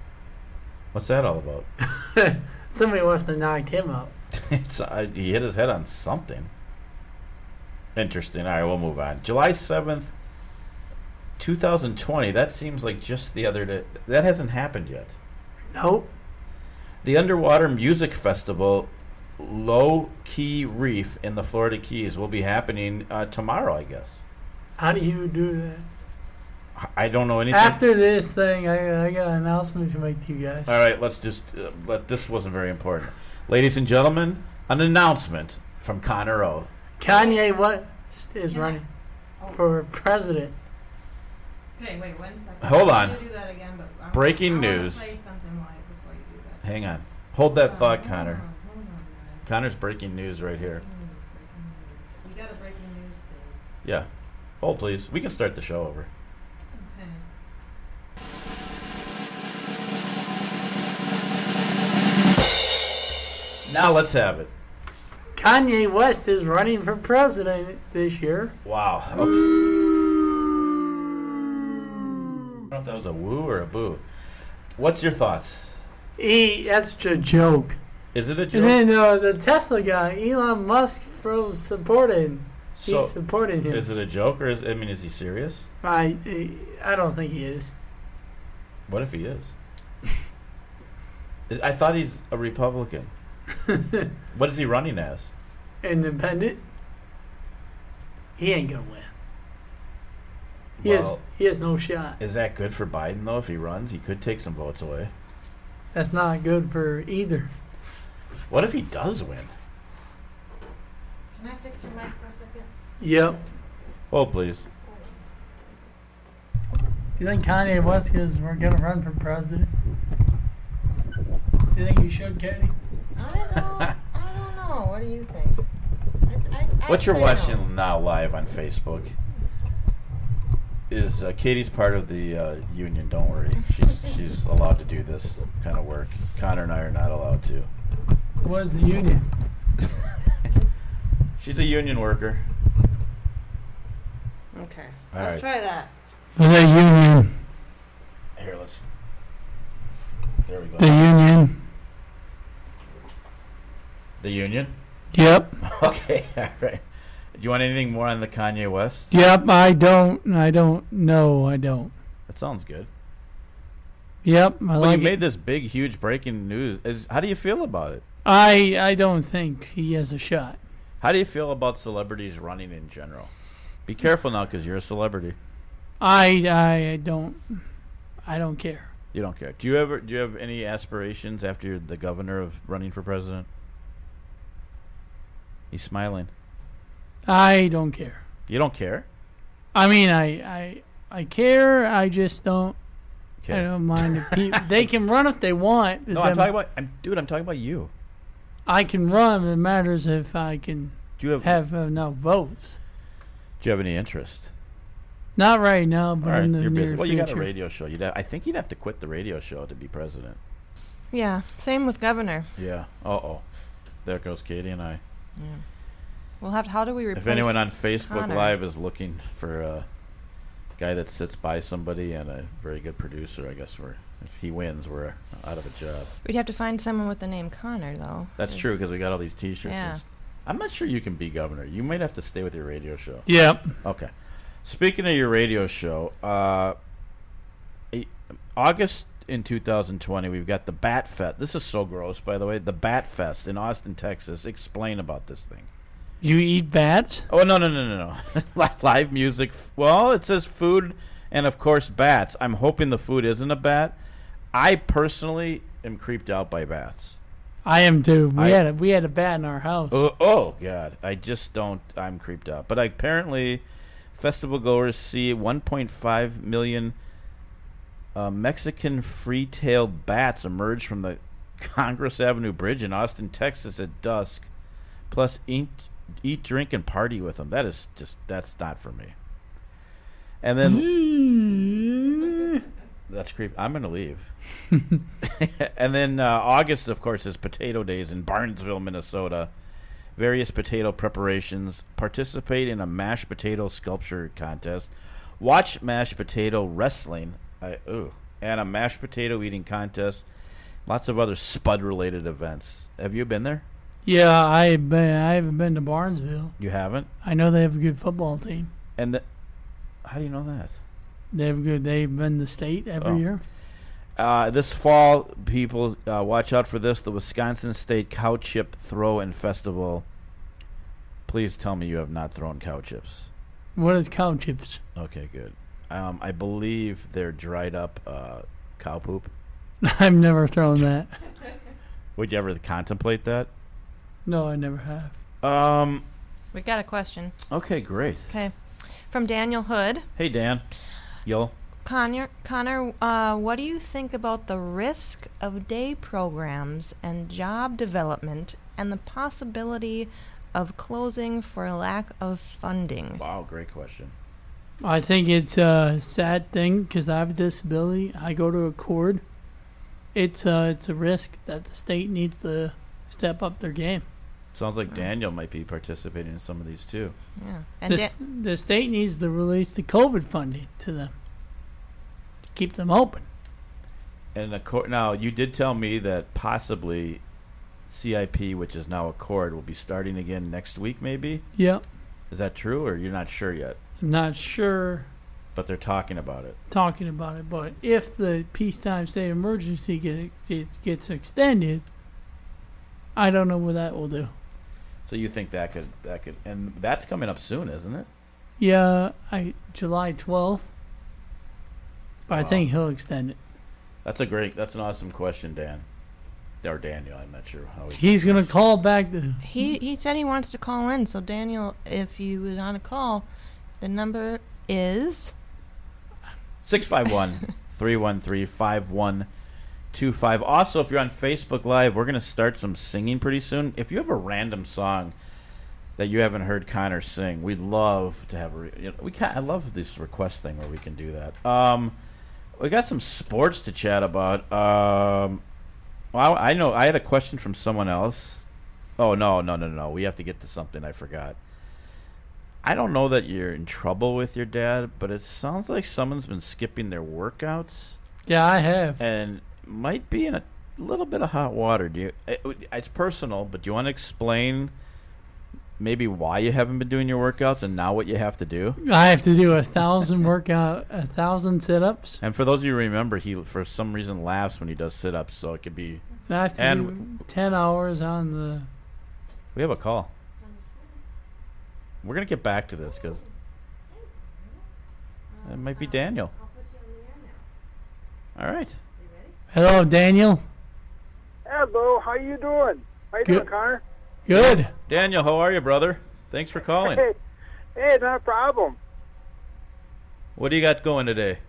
[SPEAKER 2] What's that all about?
[SPEAKER 3] Somebody wants to knock him out.
[SPEAKER 2] *laughs* it's, uh, he hit his head on something. Interesting. All right, we'll move on. July 7th, 2020. That seems like just the other day. That hasn't happened yet.
[SPEAKER 3] Nope.
[SPEAKER 2] The Underwater Music Festival, Low Key Reef in the Florida Keys, will be happening uh, tomorrow, I guess.
[SPEAKER 3] How do you do that?
[SPEAKER 2] I- I don't know anything.
[SPEAKER 3] After this thing, I, I got an announcement to make to you guys.
[SPEAKER 2] All right, let's just. Uh, let, this wasn't very important. Ladies and gentlemen, an announcement from Connor O.
[SPEAKER 3] Kanye what is- is running for president?
[SPEAKER 4] Okay, wait one second.
[SPEAKER 2] Hold I'm on. gonna
[SPEAKER 4] do that again, but
[SPEAKER 2] Breaking I wanna news. play Hang on. Hold that thought,
[SPEAKER 4] Um,
[SPEAKER 2] Connor. Connor's breaking news right here.
[SPEAKER 4] You got a breaking news thing.
[SPEAKER 2] Yeah. Hold, please. We can start the show over.
[SPEAKER 4] Okay.
[SPEAKER 2] Now let's have it.
[SPEAKER 3] Kanye West is running for president this year.
[SPEAKER 2] Wow. Okay. know if that was a woo or a boo. What's your thoughts?
[SPEAKER 3] E, that's a joke.
[SPEAKER 2] Is it a
[SPEAKER 3] And
[SPEAKER 2] joke?
[SPEAKER 3] then uh, the Tesla guy, Elon Musk, throws support in. *laughs* He's
[SPEAKER 2] So,
[SPEAKER 3] supporting him.
[SPEAKER 2] is it a joke or is I mean, is he serious?
[SPEAKER 3] I, I don't think he is.
[SPEAKER 2] What if he is? Is- I thought he's a Republican. what is he running as?
[SPEAKER 3] Independent. He ain't gonna win. He has
[SPEAKER 2] Well-
[SPEAKER 3] he has no shot.
[SPEAKER 2] Is that good for Biden though? If he runs, he could take some votes away.
[SPEAKER 3] That's not good for either.
[SPEAKER 2] What if he does win?
[SPEAKER 4] Can I fix your mic for a second?
[SPEAKER 3] Yep.
[SPEAKER 2] Hold please.
[SPEAKER 3] Do you think Kanye West is we're gonna run for president? Do you think he should, Katie?
[SPEAKER 4] I
[SPEAKER 2] *laughs*
[SPEAKER 4] don't know. I don't know. What do you think? I, I, I'd
[SPEAKER 2] What you're
[SPEAKER 4] say
[SPEAKER 2] watching
[SPEAKER 4] No.
[SPEAKER 2] now live on Facebook is uh, Katie's part of the uh, union. Don't worry, she's she's allowed to do this kind of work. Connor and I are not allowed to.
[SPEAKER 3] What is the union?
[SPEAKER 2] She's a union worker.
[SPEAKER 4] Okay.
[SPEAKER 2] All
[SPEAKER 4] Let's
[SPEAKER 2] right.
[SPEAKER 4] try that.
[SPEAKER 3] The union.
[SPEAKER 2] Here, let's. There we go.
[SPEAKER 3] union.
[SPEAKER 2] the union. *laughs*
[SPEAKER 3] Yep.
[SPEAKER 2] Okay, all right. Do you want anything more on the Kanye West?
[SPEAKER 3] Yep. I don't. I don't. No, I don't.
[SPEAKER 2] That sounds good.
[SPEAKER 3] Yep. I
[SPEAKER 2] Well, you made this big, huge breaking news. Is how do you feel about it?
[SPEAKER 3] I I don't think he has a shot.
[SPEAKER 2] How do you feel about celebrities running in general? Be careful now, because you're a celebrity.
[SPEAKER 3] I I don't. I don't care.
[SPEAKER 2] You don't care. Do you ever? Do you have any aspirations after you're the governor of running for president? He's smiling.
[SPEAKER 3] I don't care.
[SPEAKER 2] You don't care.
[SPEAKER 3] I mean, I I I care. I just don't. I don't mind if
[SPEAKER 2] *laughs*
[SPEAKER 3] people. they can run if they want. but
[SPEAKER 2] No, I'm
[SPEAKER 3] then
[SPEAKER 2] talking about. I'm, dude, I'm talking about you.
[SPEAKER 3] I can run. It matters if I can
[SPEAKER 2] Do you have,
[SPEAKER 3] have enough votes.
[SPEAKER 2] Do you have any interest?
[SPEAKER 3] Not right now, but
[SPEAKER 2] All right,
[SPEAKER 3] in the
[SPEAKER 2] you're
[SPEAKER 3] near
[SPEAKER 2] busy. Well, you
[SPEAKER 3] future.
[SPEAKER 2] got a radio show. You'd have, I think you'd have to quit the radio show to be president.
[SPEAKER 4] Yeah. Same with governor.
[SPEAKER 2] Yeah. Uh oh. There goes Katie and I.
[SPEAKER 4] We'll have. How do we replace?
[SPEAKER 2] If anyone on Facebook
[SPEAKER 4] Connor.
[SPEAKER 2] Live is looking for a guy that sits by somebody and a very good producer, I guess we're if he wins, we're out of a job.
[SPEAKER 4] We'd have to find someone with the name Connor, though.
[SPEAKER 2] That's true because we got all these T-shirts.
[SPEAKER 4] Yeah.
[SPEAKER 2] And s- I'm not sure you can be governor. You might have to stay with your radio show.
[SPEAKER 3] Yep.
[SPEAKER 2] Okay. Speaking of your radio show, uh, a- August in 2020, we've got the Bat Fest. This is so gross, by the way. The Bat Fest in Austin, Texas. Explain about this thing.
[SPEAKER 3] You eat bats?
[SPEAKER 2] Oh no no no no *laughs* no! Li- Live music. f- Well, it says food and of course bats. I'm hoping the food isn't a bat. I personally am creeped out by bats.
[SPEAKER 3] I am too. We
[SPEAKER 2] I-
[SPEAKER 3] had a we had a bat in our house.
[SPEAKER 2] Oh, oh god, I just don't. I'm creeped out. But apparently, festival goers see 1.5 million uh, Mexican free-tailed bats emerge from the *laughs* Congress Avenue Bridge in Austin, Texas, at dusk. Plus, eat, eat, drink, and party with them. That is just that's not for me. And then that's creepy. I'm gonna leave. *laughs* and then uh, August, of course, is Potato Days in Barnesville, Minnesota. Various potato preparations. Participate in a mashed potato sculpture contest. Watch mashed potato wrestling. I, ooh, and a mashed potato eating contest. Lots of other spud related events. Have you been there?
[SPEAKER 3] Yeah, I've been. I haven't been to Barnesville.
[SPEAKER 2] You haven't.
[SPEAKER 3] I know they have a good football team.
[SPEAKER 2] And the, how do you know that?
[SPEAKER 3] They have good. They've been the state every
[SPEAKER 2] Oh.
[SPEAKER 3] year.
[SPEAKER 2] Uh, this fall, people, uh, watch out for this the Wisconsin State Cow Chip Throw and Festival. Please tell me you have not thrown cow chips.
[SPEAKER 3] What is cow chips? *laughs*
[SPEAKER 2] Okay, good. Um, I believe they're dried up uh, cow poop.
[SPEAKER 3] I've never thrown that.
[SPEAKER 2] Would you ever contemplate that?
[SPEAKER 3] No, I never have.
[SPEAKER 2] Um,
[SPEAKER 4] We got a question.
[SPEAKER 2] okay, great.
[SPEAKER 4] Okay. From Daniel Hood.
[SPEAKER 2] Hey, Dan. Yo.
[SPEAKER 4] Connor, Connor, uh, what do you think about the risk of day programs and job development and the possibility of closing for lack of funding?
[SPEAKER 2] Wow, great question.
[SPEAKER 3] I think it's a sad thing because I have a disability. I go to a cord. It's uh, it's a risk that the state needs to step up their game.
[SPEAKER 2] Sounds like Daniel might be participating in some of these too.
[SPEAKER 4] Yeah. And
[SPEAKER 3] The, s- the state needs to release the COVID funding to them. keep them open.
[SPEAKER 2] And accord, now you did tell me that possibly CIP, which is now Accord, will be starting again next week. Maybe
[SPEAKER 3] Yep.
[SPEAKER 2] is that true, or you're not sure yet?
[SPEAKER 3] I'm not sure
[SPEAKER 2] But they're talking about it.
[SPEAKER 3] talking about it, but if the peacetime state of emergency get, get, gets extended, I don't know what that will do.
[SPEAKER 2] So you think that could that could and that's coming up soon, isn't it?
[SPEAKER 3] Yeah, I July 12th. But I think he'll extend it.
[SPEAKER 2] That's a great. That's an awesome question, Dan. Or Daniel, I'm not sure how. He,
[SPEAKER 3] He's going to call back the
[SPEAKER 4] He he said he wants to call in. So Daniel, if you would on a call, the number is
[SPEAKER 2] 651-313-5125. Also, if you're on Facebook Live, we're going to start some singing pretty soon. If you have a random song that you haven't heard Connor sing, we'd love to have a re- you know, we can I love this request thing where we can do that. Um we got some sports to chat about. Um well, I know I had a question from someone else. Oh no, no, no, no. We have to get to something I forgot. I don't know that you're in trouble with your dad, but it sounds like someone's been skipping their workouts
[SPEAKER 3] Yeah, I have.
[SPEAKER 2] and might be in a little bit of hot water. Do you? It, it's personal, but do you want to explain maybe why you haven't been doing your workouts and now what you have to do?
[SPEAKER 3] I have to do a thousand workout, a thousand sit ups.
[SPEAKER 2] And for those of you who remember, he for some reason laughs when he does sit ups, so it could be.
[SPEAKER 3] And I have to
[SPEAKER 2] And-
[SPEAKER 3] do 10 hours on the.
[SPEAKER 2] We have a call. We're gonna get back to this because it might be Daniel. All right.
[SPEAKER 3] Hello, Daniel.
[SPEAKER 8] Hello, how you doing? How you
[SPEAKER 3] Good.
[SPEAKER 8] doing, Connor? *laughs*
[SPEAKER 3] Good.
[SPEAKER 2] Daniel, how are you, brother? Thanks for calling.
[SPEAKER 8] Hey, hey, not a problem.
[SPEAKER 2] What do you got going today?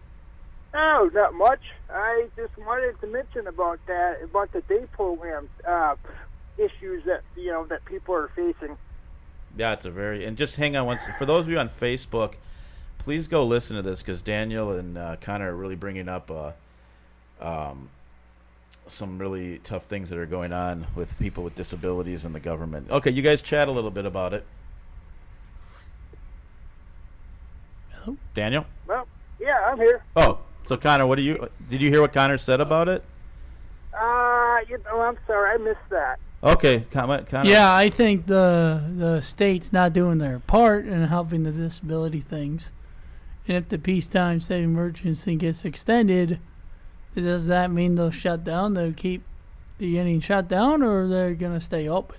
[SPEAKER 8] Oh, not much. I just wanted to mention about that, about the day program uh, issues that you know that people are facing.
[SPEAKER 2] Yeah, it's a very and just hang on one second. For those of you on Facebook, please go listen to this because Daniel and uh, Connor are really bringing up uh, um, some really tough things that are going on with people with disabilities and the government. Okay, you guys chat a little bit about it. Daniel.
[SPEAKER 8] Well, yeah, I'm here.
[SPEAKER 2] Oh, so Connor, what do you did you hear what Connor said about it?
[SPEAKER 8] Uh, you know, I'm sorry, I missed that.
[SPEAKER 2] Okay, comment, Connor.
[SPEAKER 3] Yeah, I think the the state's not doing their part in helping the disability things. And if the peacetime state of emergency gets extended, does that mean they'll shut down? They'll keep the getting shut down, or they're gonna stay open?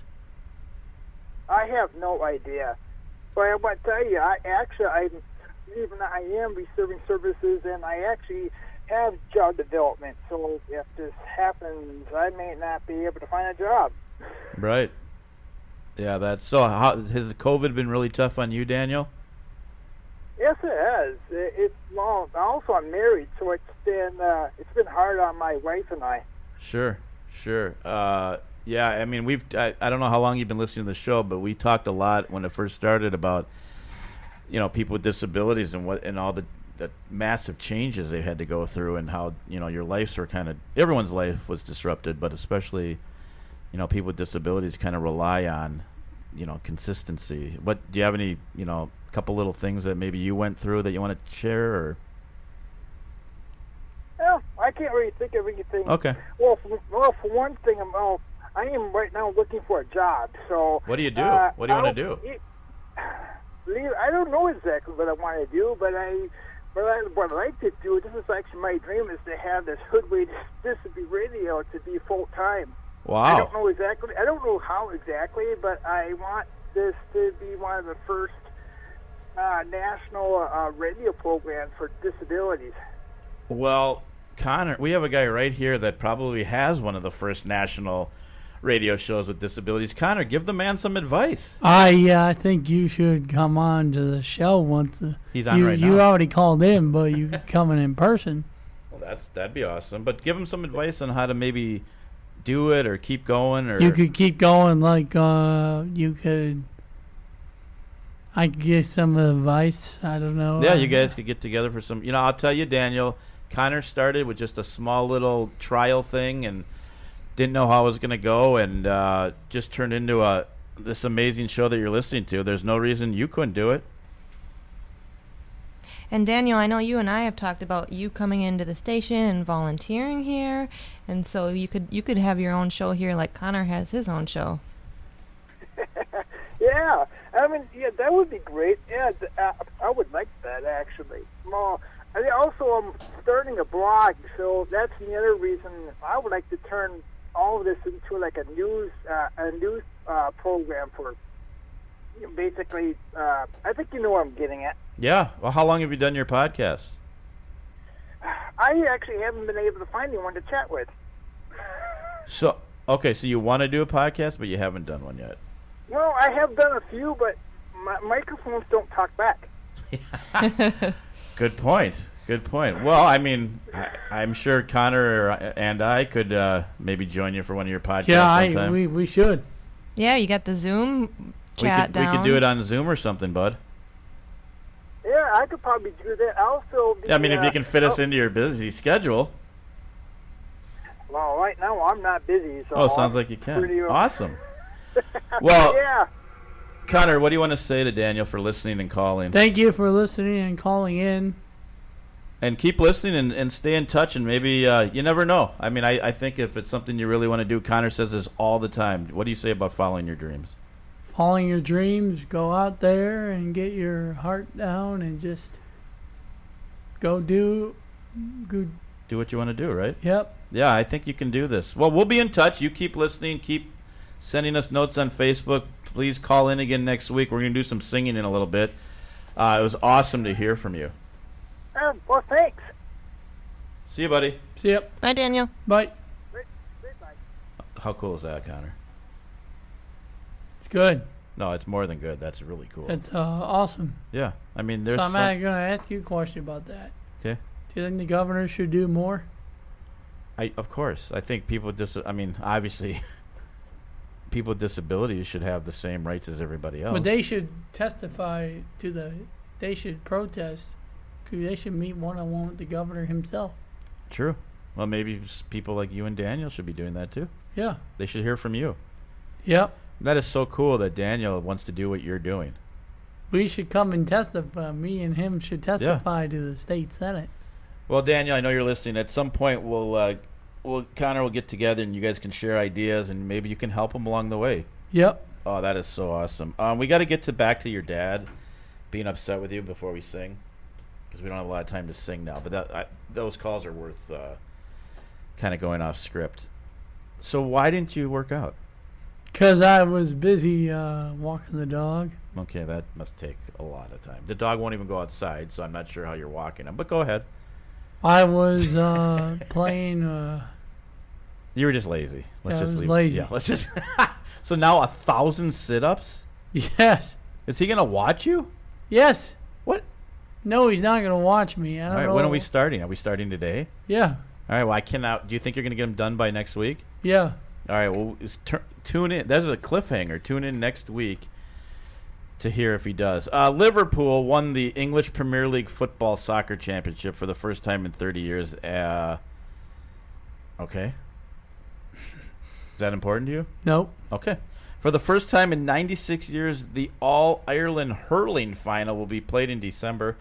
[SPEAKER 8] I have no idea. But I want to tell you, I actually, I'm even I am receiving services, and I actually have job development. So if this happens, I may not be able to find a job.
[SPEAKER 2] Right. Yeah, that's so. How, has COVID been really tough on you, Daniel?
[SPEAKER 8] Yes, it has. It, it's long. Also, I'm married, so it's been uh, it's been hard on my wife and I.
[SPEAKER 2] Sure, sure. Uh, yeah, I mean, we've I, I don't know how long you've been listening to the show, but we talked a lot when it first started about you know people with disabilities and what and all the, the massive changes they had to go through and how you know your lives were kind of everyone's life was disrupted, but especially you know people with disabilities kind of rely on you know consistency. What do you have any you know couple little things that maybe you went through that you want to share or
[SPEAKER 8] Well, I can't really think of anything.
[SPEAKER 2] okay
[SPEAKER 8] Well, for, well, for one thing, I'm oh, I am right now looking for a job. So
[SPEAKER 2] What do you do?
[SPEAKER 8] uh,
[SPEAKER 2] What do you wanna
[SPEAKER 8] I'll-
[SPEAKER 2] do?
[SPEAKER 8] it- *sighs* leave- I don't know exactly what I want to do, but I. But I, what I like to do, this is actually my dream, is to have this Hoodway Disability Radio to be full time. I
[SPEAKER 2] wow
[SPEAKER 8] don't know exactly. I don't know how exactly, but I want this to be one of the first uh, national uh, radio programs for disabilities.
[SPEAKER 2] Well, Connor, we have a guy right here that probably has one of the first national radio shows with disabilities. Connor, give the man some advice.
[SPEAKER 3] I uh, I think you should come on to the show once. uh,
[SPEAKER 2] He's on
[SPEAKER 3] you,
[SPEAKER 2] right
[SPEAKER 3] You
[SPEAKER 2] now.
[SPEAKER 3] already called in, but
[SPEAKER 2] *laughs*
[SPEAKER 3] you can come in in person.
[SPEAKER 2] Well, that's that'd be awesome. But give him some advice on how to maybe do it or keep going or
[SPEAKER 3] You could keep going. Like uh, you could. I could give some advice. I don't know.
[SPEAKER 2] Yeah, you
[SPEAKER 3] uh,
[SPEAKER 2] guys could get together for some. You know, I'll tell you, Daniel. Connor started with just a small little trial thing and didn't know how it was going to go, and uh, just turned into a this amazing show that you're listening to. There's no reason you couldn't do it.
[SPEAKER 4] And Daniel, I know you and I have talked about you coming into the station and volunteering here, and so you could you could have your own show here, like Connor has his own show.
[SPEAKER 8] Yeah, I mean, yeah, that would be great. Yeah, th- uh, I would like that actually. Well, I mean, also I'm starting a blog, so that's the other reason I would like to turn all of this into like a news, uh, a news uh, program for you know, basically. Uh, I think you know what I'm getting at.
[SPEAKER 2] Yeah. Well, how long have you done your podcast?
[SPEAKER 8] I actually haven't been able to find anyone to chat with.
[SPEAKER 2] So okay, so you want to do a podcast, but you haven't done one yet.
[SPEAKER 8] Well, I have done a few, but my microphones don't talk back.
[SPEAKER 2] Good point. Good point. Well, I mean, I, I'm sure Connor or- and I could uh, maybe join you for one of your podcasts
[SPEAKER 3] Yeah, I,
[SPEAKER 2] sometime.
[SPEAKER 3] we, we should.
[SPEAKER 4] Yeah, you got the Zoom
[SPEAKER 2] We
[SPEAKER 4] chat
[SPEAKER 2] could, we
[SPEAKER 4] down.
[SPEAKER 2] could do it on Zoom or something, bud.
[SPEAKER 8] Yeah, I could probably do that. Also, be,
[SPEAKER 2] I mean, if
[SPEAKER 8] uh,
[SPEAKER 2] you can fit
[SPEAKER 8] oh,
[SPEAKER 2] us into your busy schedule.
[SPEAKER 8] oh, Well, right now I'm not busy, so
[SPEAKER 2] Oh, it sounds
[SPEAKER 8] I'm
[SPEAKER 2] like you
[SPEAKER 8] pretty- uh,
[SPEAKER 2] can.
[SPEAKER 8] *laughs*
[SPEAKER 2] Awesome. Well,
[SPEAKER 8] Yeah.
[SPEAKER 2] Connor, what do you want to say to Daniel for listening and calling?
[SPEAKER 3] Thank you for listening and calling in.
[SPEAKER 2] and keep listening and, and stay in touch and maybe uh, you never know i mean I, I think if it's something you really want to do connor says this all the time what do you say about following your dreams
[SPEAKER 3] Following your dreams, go out there and get your heart down and just go do good.
[SPEAKER 2] do what you want to do right
[SPEAKER 3] Yep.
[SPEAKER 2] yeah i think you can do this well we'll be in touch you keep listening keep sending us notes on facebook please call in again next week we're going to do some singing in a little bit uh, it was awesome to hear from you
[SPEAKER 8] Um, well, thanks.
[SPEAKER 2] see you buddy
[SPEAKER 3] So, yep.
[SPEAKER 4] Bye, Daniel.
[SPEAKER 3] Bye.
[SPEAKER 2] how cool is that connor
[SPEAKER 3] It's good.
[SPEAKER 2] no it's more than good that's really cool
[SPEAKER 3] It's uh, awesome.
[SPEAKER 2] yeah i mean there's
[SPEAKER 3] so I'm
[SPEAKER 2] some-
[SPEAKER 3] going to ask you a question about that.
[SPEAKER 2] 'Kay.
[SPEAKER 3] Do you think the governor should do more?
[SPEAKER 2] I of course. I think people with dis. I mean, obviously, *laughs* people with disabilities should have the same rights as everybody else.
[SPEAKER 3] But they should testify to the. They should protest. 'cause They should meet one on one with the governor himself.
[SPEAKER 2] True. Well, maybe s- people like you and Daniel should be doing that too.
[SPEAKER 3] Yeah.
[SPEAKER 2] They should hear from you.
[SPEAKER 3] Yep.
[SPEAKER 2] That is so cool that Daniel wants to do what you're doing.
[SPEAKER 3] We should come and testify. Me and him should testify to the state senate.
[SPEAKER 2] Well, Daniel, I know you're listening. At some point, we'll uh, we'll Connor will get together and you guys can share ideas and maybe you can help him along the way.
[SPEAKER 3] Yep.
[SPEAKER 2] Oh, that is so awesome. Um, we got to get to back to your dad being upset with you before we sing because we don't have a lot of time to sing now. But that I, those calls are worth uh, kind of going off script. So why didn't you work out?
[SPEAKER 3] Cause I was busy uh, walking the dog.
[SPEAKER 2] Okay, that must take a lot of time. The dog won't even go outside, so I'm not sure how you're walking him. But go ahead.
[SPEAKER 3] I was *laughs* uh, playing. Uh,
[SPEAKER 2] You were just lazy. Let's
[SPEAKER 3] Yeah, I
[SPEAKER 2] just
[SPEAKER 3] was
[SPEAKER 2] leave.
[SPEAKER 3] lazy.
[SPEAKER 2] Yeah, let's just. *laughs* so now a thousand sit-ups.
[SPEAKER 3] yes.
[SPEAKER 2] Is he gonna watch you?
[SPEAKER 3] Yes.
[SPEAKER 2] What?
[SPEAKER 3] No, he's not gonna watch me. I
[SPEAKER 2] All
[SPEAKER 3] don't
[SPEAKER 2] right.
[SPEAKER 3] know.
[SPEAKER 2] When are we starting? Are we starting today?
[SPEAKER 3] Yeah.
[SPEAKER 2] All right. Well, I cannot. Do you think you're gonna get him done by next week?
[SPEAKER 3] Yeah.
[SPEAKER 2] All right, well, it's tur- tune in. That's a cliffhanger. Tune in next week to hear if he does. Uh, Liverpool won the English Premier League football soccer championship for the first time in 30 years. Uh, okay. Is that important to you?
[SPEAKER 3] Nope.
[SPEAKER 2] Okay. For the first time in 96 years, the All Ireland hurling final will be played in December.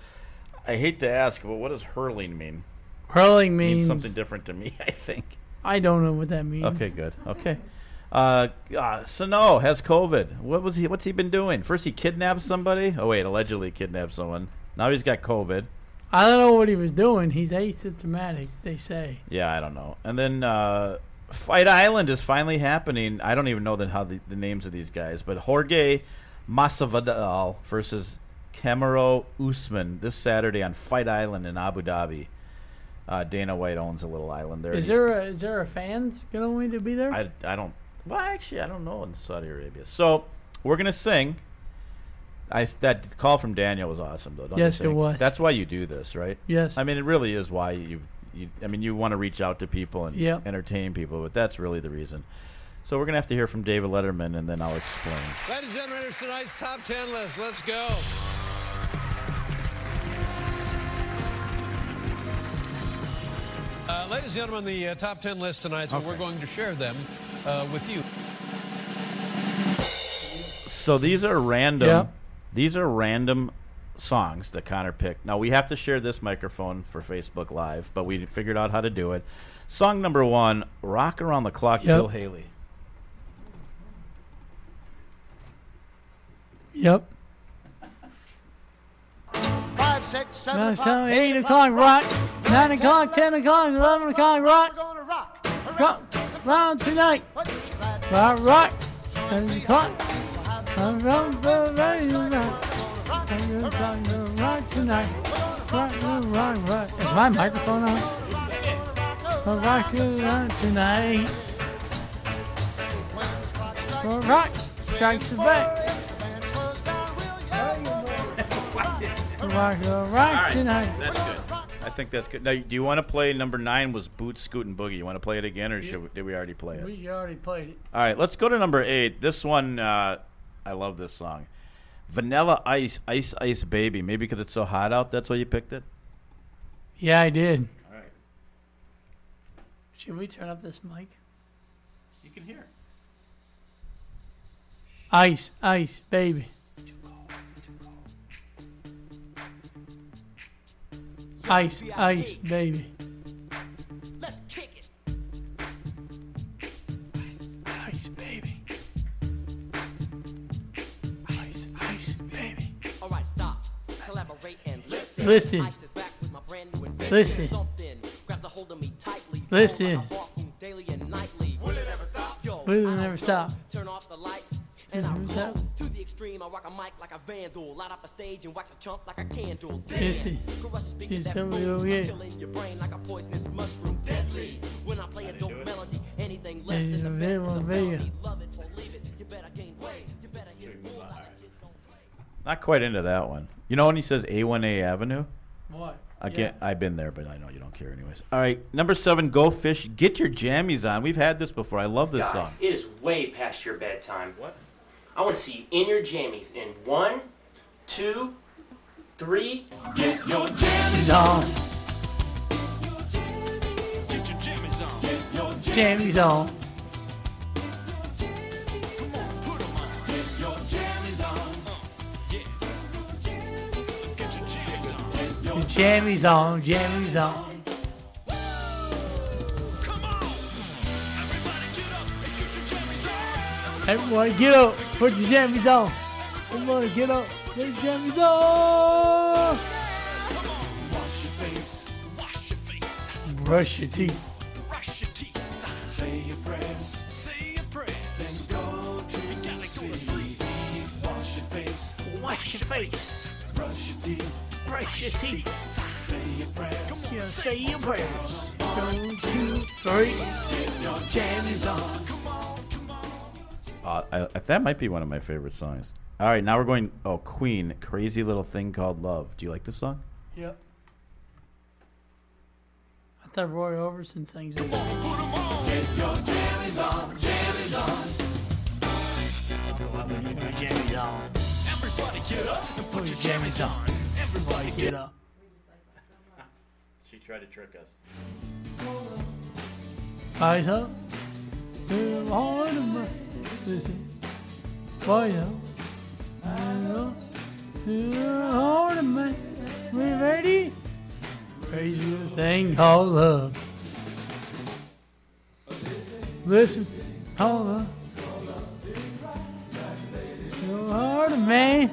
[SPEAKER 2] I hate to ask, but what does hurling mean?
[SPEAKER 3] Hurling
[SPEAKER 2] It
[SPEAKER 3] means
[SPEAKER 2] means something different to me, *laughs* I think.
[SPEAKER 3] I don't know what that means.
[SPEAKER 2] Okay, good. Okay. *laughs* Uh, uh, Sano has COVID. What was he? What's he been doing? First, he kidnapped somebody. Oh wait, allegedly kidnapped someone. Now he's got COVID.
[SPEAKER 3] I don't know what he was doing. He's asymptomatic. They say.
[SPEAKER 2] Yeah, I don't know. And then uh, Fight Island is finally happening. I don't even know then how the, the names of these guys, but Jorge Masvidal versus Camaro Usman this Saturday on Fight Island in Abu Dhabi. Uh, Dana White owns a little island there.
[SPEAKER 3] Is
[SPEAKER 2] He's-
[SPEAKER 3] there a, is there a fans gonna need to be there?
[SPEAKER 2] I, I don't. Well, actually, I don't know in Saudi Arabia. So we're gonna sing. I s- that call from Daniel was awesome though. don't you
[SPEAKER 3] Yes, it
[SPEAKER 2] think?
[SPEAKER 3] was.
[SPEAKER 2] That's why you do this, right?
[SPEAKER 3] yes.
[SPEAKER 2] I mean, it really is why you. you I mean, you want to reach out to people and
[SPEAKER 3] Yep.
[SPEAKER 2] entertain people, but that's really the reason. So we're gonna have to hear from David Letterman, and then I'll explain.
[SPEAKER 9] Ladies and gentlemen, it's tonight's top 10 list. Let's go. Uh, ladies and gentlemen, the uh, top 10 list tonight, so we're going to share them uh, with you.
[SPEAKER 2] So these are random.
[SPEAKER 3] Yep.
[SPEAKER 2] These are random songs that Connor picked. Now we have to share this microphone for Facebook Live, but we figured out how to do it. Song number one, "Rock Around the Clock,"
[SPEAKER 3] Yep.
[SPEAKER 2] Bill Haley.
[SPEAKER 3] Yep.
[SPEAKER 10] Five, six, seven
[SPEAKER 3] No,
[SPEAKER 10] o'clock.
[SPEAKER 3] so eight o'clock rock, nine o'clock, ten o'clock, eleven o'clock rock,
[SPEAKER 10] Gonna rock.
[SPEAKER 3] rock, round tonight,
[SPEAKER 10] Put your glad
[SPEAKER 3] rock, rock, ten o'clock, round, round, round, round, round,
[SPEAKER 10] rock.
[SPEAKER 3] round, round, round, rock tonight, rock, rock, rock, rock. Is my microphone on? Rock, rock, rock tonight, rock, rock, strikes the back, rock, rock, rock tonight.
[SPEAKER 2] that's good. I think that's good. Now, do you want to play number nine? Was Boots Scootin' Boogie? You want to play it again, or should we, did we already play it?
[SPEAKER 3] We already played it.
[SPEAKER 2] All right, let's go to number eight. This one, uh, I love this song. Vanilla Ice, Ice Ice Baby. Maybe because it's so hot out, that's why you picked it.
[SPEAKER 3] Yeah, I did.
[SPEAKER 2] All right,
[SPEAKER 3] Should we turn up this mic?
[SPEAKER 2] you can hear.
[SPEAKER 3] Ice, ice, baby. Ice, ice, baby.
[SPEAKER 7] Let's kick it.
[SPEAKER 3] Ice, baby. Ice, ice, baby.
[SPEAKER 7] All right, stop. Collaborate and listen.
[SPEAKER 3] Listen.
[SPEAKER 7] Ice is back with my brand new invention.
[SPEAKER 3] Listen.
[SPEAKER 7] Something grabs a hold of me tightly.
[SPEAKER 3] Listen.
[SPEAKER 7] Flow like a harpoon daily and nightly. Will it ever stop? Yo,
[SPEAKER 3] Will it
[SPEAKER 7] I
[SPEAKER 3] never
[SPEAKER 7] don't
[SPEAKER 3] stop?
[SPEAKER 7] know. Turn off the lights and I
[SPEAKER 3] Turn it
[SPEAKER 7] roll
[SPEAKER 3] up.
[SPEAKER 7] to the extreme. I rock a mic like a vandal. Light up a stage and wax a chump like a candle. Dance.
[SPEAKER 3] Listen.
[SPEAKER 7] Caress the speaker
[SPEAKER 3] It's
[SPEAKER 7] that
[SPEAKER 3] so
[SPEAKER 7] moves.
[SPEAKER 3] real,
[SPEAKER 7] I'm
[SPEAKER 3] yeah.
[SPEAKER 7] killing your brain like a poisonous mushroom. Deadly. When I play a dope melody, anything less
[SPEAKER 3] Hey,
[SPEAKER 7] than the best
[SPEAKER 3] video,
[SPEAKER 7] is a
[SPEAKER 3] video.
[SPEAKER 7] felony. Love it or leave it. You better gain weight. You better hit bulls.
[SPEAKER 2] Not quite into that one. You know when he says A1A Avenue?
[SPEAKER 3] What?
[SPEAKER 2] Again, I've been there, but I know you don't care anyways. All right, number seven, Go Fish. Get your jammies on. We've had this before. I love this
[SPEAKER 11] Guys,
[SPEAKER 2] song.
[SPEAKER 11] it is way past your bedtime. What? I want to see you in your jammies in one, two, three.
[SPEAKER 3] on. Jammies on. The jammies on, jammies on. Everybody get up, put your jammies on. Everybody get up, put your jammies on. Brush your teeth. Wash your face. Brush your teeth. Brush your teeth. Say your prayers. say your prayers. One, two, three. Jammies on.
[SPEAKER 2] Uh, I, I- that might be one of my favorite songs. All right, now we're going. Oh, Queen, Crazy Little Thing Called Love. Do you like this song?
[SPEAKER 3] Yep. I thought Roy Orbison sings it. Put your jammies on, Everybody get up.
[SPEAKER 2] She tried to trick us.
[SPEAKER 3] Eyes up. Feel the heart of my- Listen. Boy, up. Eyes up. Feel the heart of my- We ready? Crazy little thing called love. Listen. Hold up. Feel the heart of man.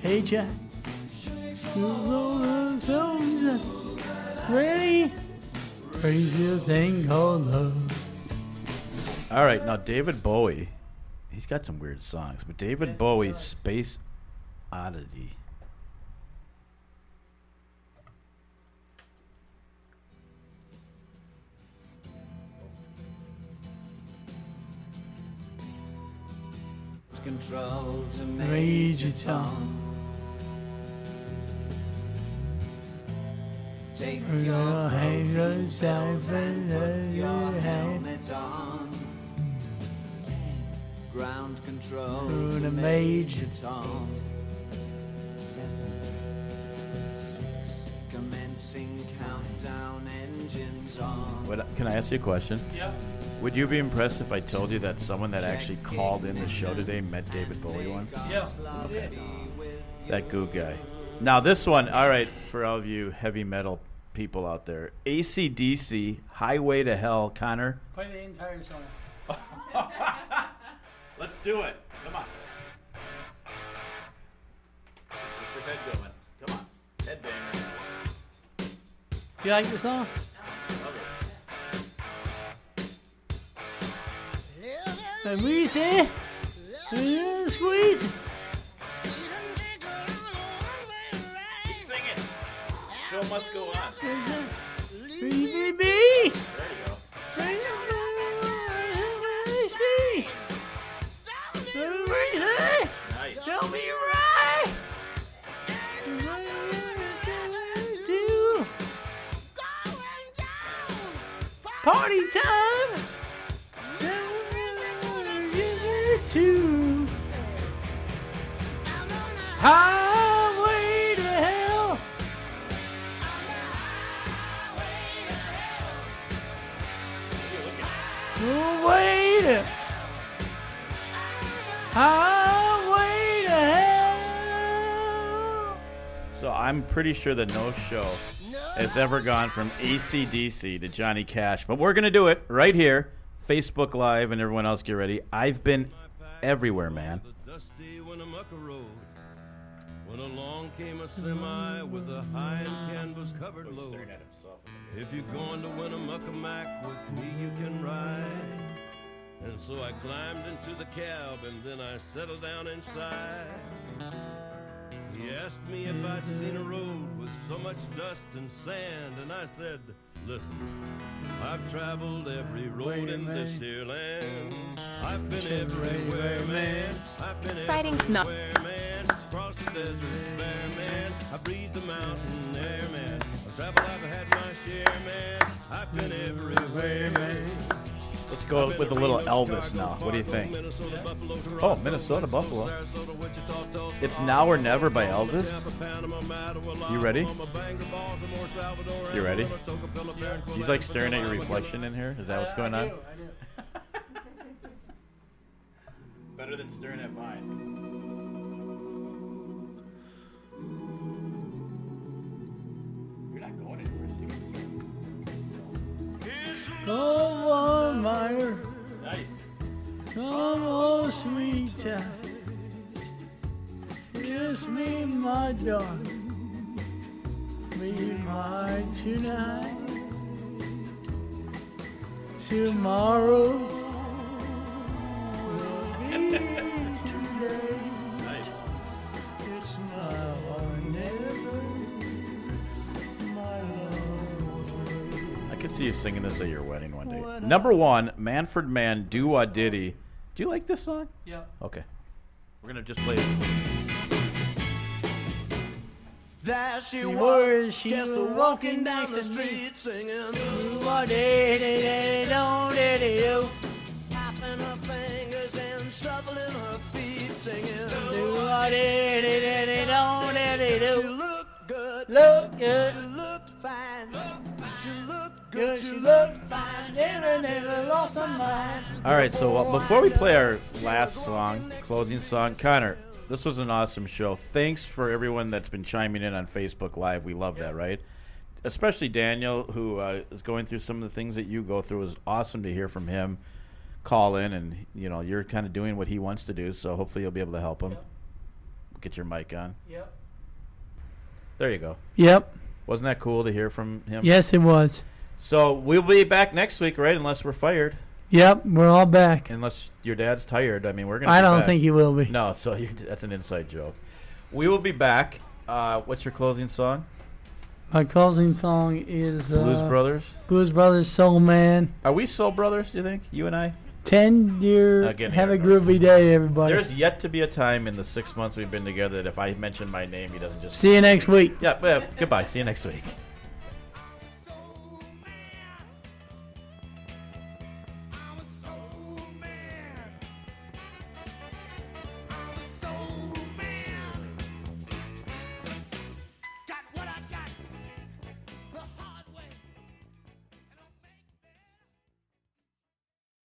[SPEAKER 3] Hey, Jack. Feel the heart of soldier. Ready? Crazy thing called love.
[SPEAKER 2] All right, now David Bowie. He's got some weird songs, but David Bowie's Space Oddity.
[SPEAKER 7] Control to
[SPEAKER 3] Major Tom.
[SPEAKER 7] Take
[SPEAKER 3] Your hands are thousand
[SPEAKER 7] on. Ground control
[SPEAKER 3] Through the major
[SPEAKER 7] Tom. Seven, six. Commencing countdown engines on.
[SPEAKER 2] What, can I ask you a question?
[SPEAKER 3] Yeah.
[SPEAKER 2] Would you be impressed if I told you that someone that actually called in the show today met David Bowie once?
[SPEAKER 3] Yeah.
[SPEAKER 2] That goo guy. Now, this one, all right, for all of you heavy metal people out there ACDC, Highway to Hell, Connor.
[SPEAKER 3] Play the entire song.
[SPEAKER 2] Let's do it. Come on. Get your head going. Come on. Headbanger.
[SPEAKER 3] You like the song? And we say, "Yeah, squeeze.
[SPEAKER 2] Sing it. Show must go on.
[SPEAKER 3] There's a BBB.
[SPEAKER 2] There you go. Nice.
[SPEAKER 3] Tell me right. Do. Party time. Two. Highway to hell. Highway to Highway to hell.
[SPEAKER 2] So I'm pretty sure that no show has ever gone from ACDC to Johnny Cash, but we're going to do it right here. Facebook Live and everyone else get ready. I've been everywhere, man.
[SPEAKER 12] dusty Winnemucca Road. When along came a semi with a high and canvas covered load. If you're going to Winnemucca Mac with me, you can ride. And so I climbed into the cab and then I settled down inside. He asked me if I'd seen a road with so much dust and sand, and I said, Listen, I've traveled every road in this here land. I've been everywhere, man. I've been
[SPEAKER 4] Frighting's not-
[SPEAKER 12] everywhere, man. Across the desert, bare man. I breathe the mountain air, man. I've traveled, I've had my share, man. I've been everywhere, man.
[SPEAKER 2] Let's go with a little Elvis now. What do you think? Oh, Minnesota Buffalo. It's Now or Never by Elvis. You ready? You ready? Do you like staring at your reflection in here? Is that what's going on? *laughs* Better than staring at mine.
[SPEAKER 3] Come on, Meyer.
[SPEAKER 2] Nice.
[SPEAKER 3] Come on, sweet child. Kiss me, my darling. Be my tonight. Tomorrow will be today. It's now or never, my love.
[SPEAKER 2] I could see you singing this at your wedding one day. Number one, Manfred Mann, Do Wah Diddy. Do you like this song?
[SPEAKER 3] Yep.
[SPEAKER 2] Okay. We're going to just play it.
[SPEAKER 10] There she
[SPEAKER 3] She
[SPEAKER 10] was,
[SPEAKER 3] was, she
[SPEAKER 10] just a
[SPEAKER 3] was
[SPEAKER 10] walking down the
[SPEAKER 3] next to me.
[SPEAKER 10] street singing.
[SPEAKER 3] What did it, don't it, oh? you?
[SPEAKER 10] Tapping her fingers and shuffling her feet singing.
[SPEAKER 3] Do what it, it, it, it, don't it, it, oh?
[SPEAKER 10] She
[SPEAKER 3] do.
[SPEAKER 10] looked good.
[SPEAKER 3] Look good.
[SPEAKER 10] She looked fine. She looked
[SPEAKER 3] Good, she looked fine, never, never lost her mind.
[SPEAKER 2] All right, so uh, before we play our last song, closing song, Connor, this was an awesome show. Thanks for everyone that's been chiming in on Facebook Live. We love that, right? Especially Daniel, who uh, is going through some of the things that you go through. It was awesome to hear from him. Call in, and you know you're kind of doing what he wants to do. So hopefully you'll be able to help him. Get your mic on.
[SPEAKER 3] Yep.
[SPEAKER 2] There you go.
[SPEAKER 3] Yep.
[SPEAKER 2] Wasn't that cool to hear from him?
[SPEAKER 3] Yes, it was.
[SPEAKER 2] So we'll be back next week, right? Unless we're fired.
[SPEAKER 3] Yep, we're all back.
[SPEAKER 2] Unless your dad's tired. I mean, we're gonna.
[SPEAKER 3] I
[SPEAKER 2] be
[SPEAKER 3] don't
[SPEAKER 2] back.
[SPEAKER 3] think he will be.
[SPEAKER 2] No, so *laughs* you that's an inside joke. We will be back. Uh, what's your closing song?
[SPEAKER 3] My closing song is uh,
[SPEAKER 2] Blues Brothers.
[SPEAKER 3] Blues Brothers Soul Man.
[SPEAKER 2] Are we Soul Brothers? Do you think you and I?
[SPEAKER 3] Ten year.
[SPEAKER 2] Again,
[SPEAKER 3] have
[SPEAKER 2] here
[SPEAKER 3] a
[SPEAKER 2] it goes.
[SPEAKER 3] groovy day, everybody.
[SPEAKER 2] There's yet to be a time in the six months we've been together that if I mention my name, he doesn't just.
[SPEAKER 3] See you next week.
[SPEAKER 2] Yeah. Well, goodbye. See you next week.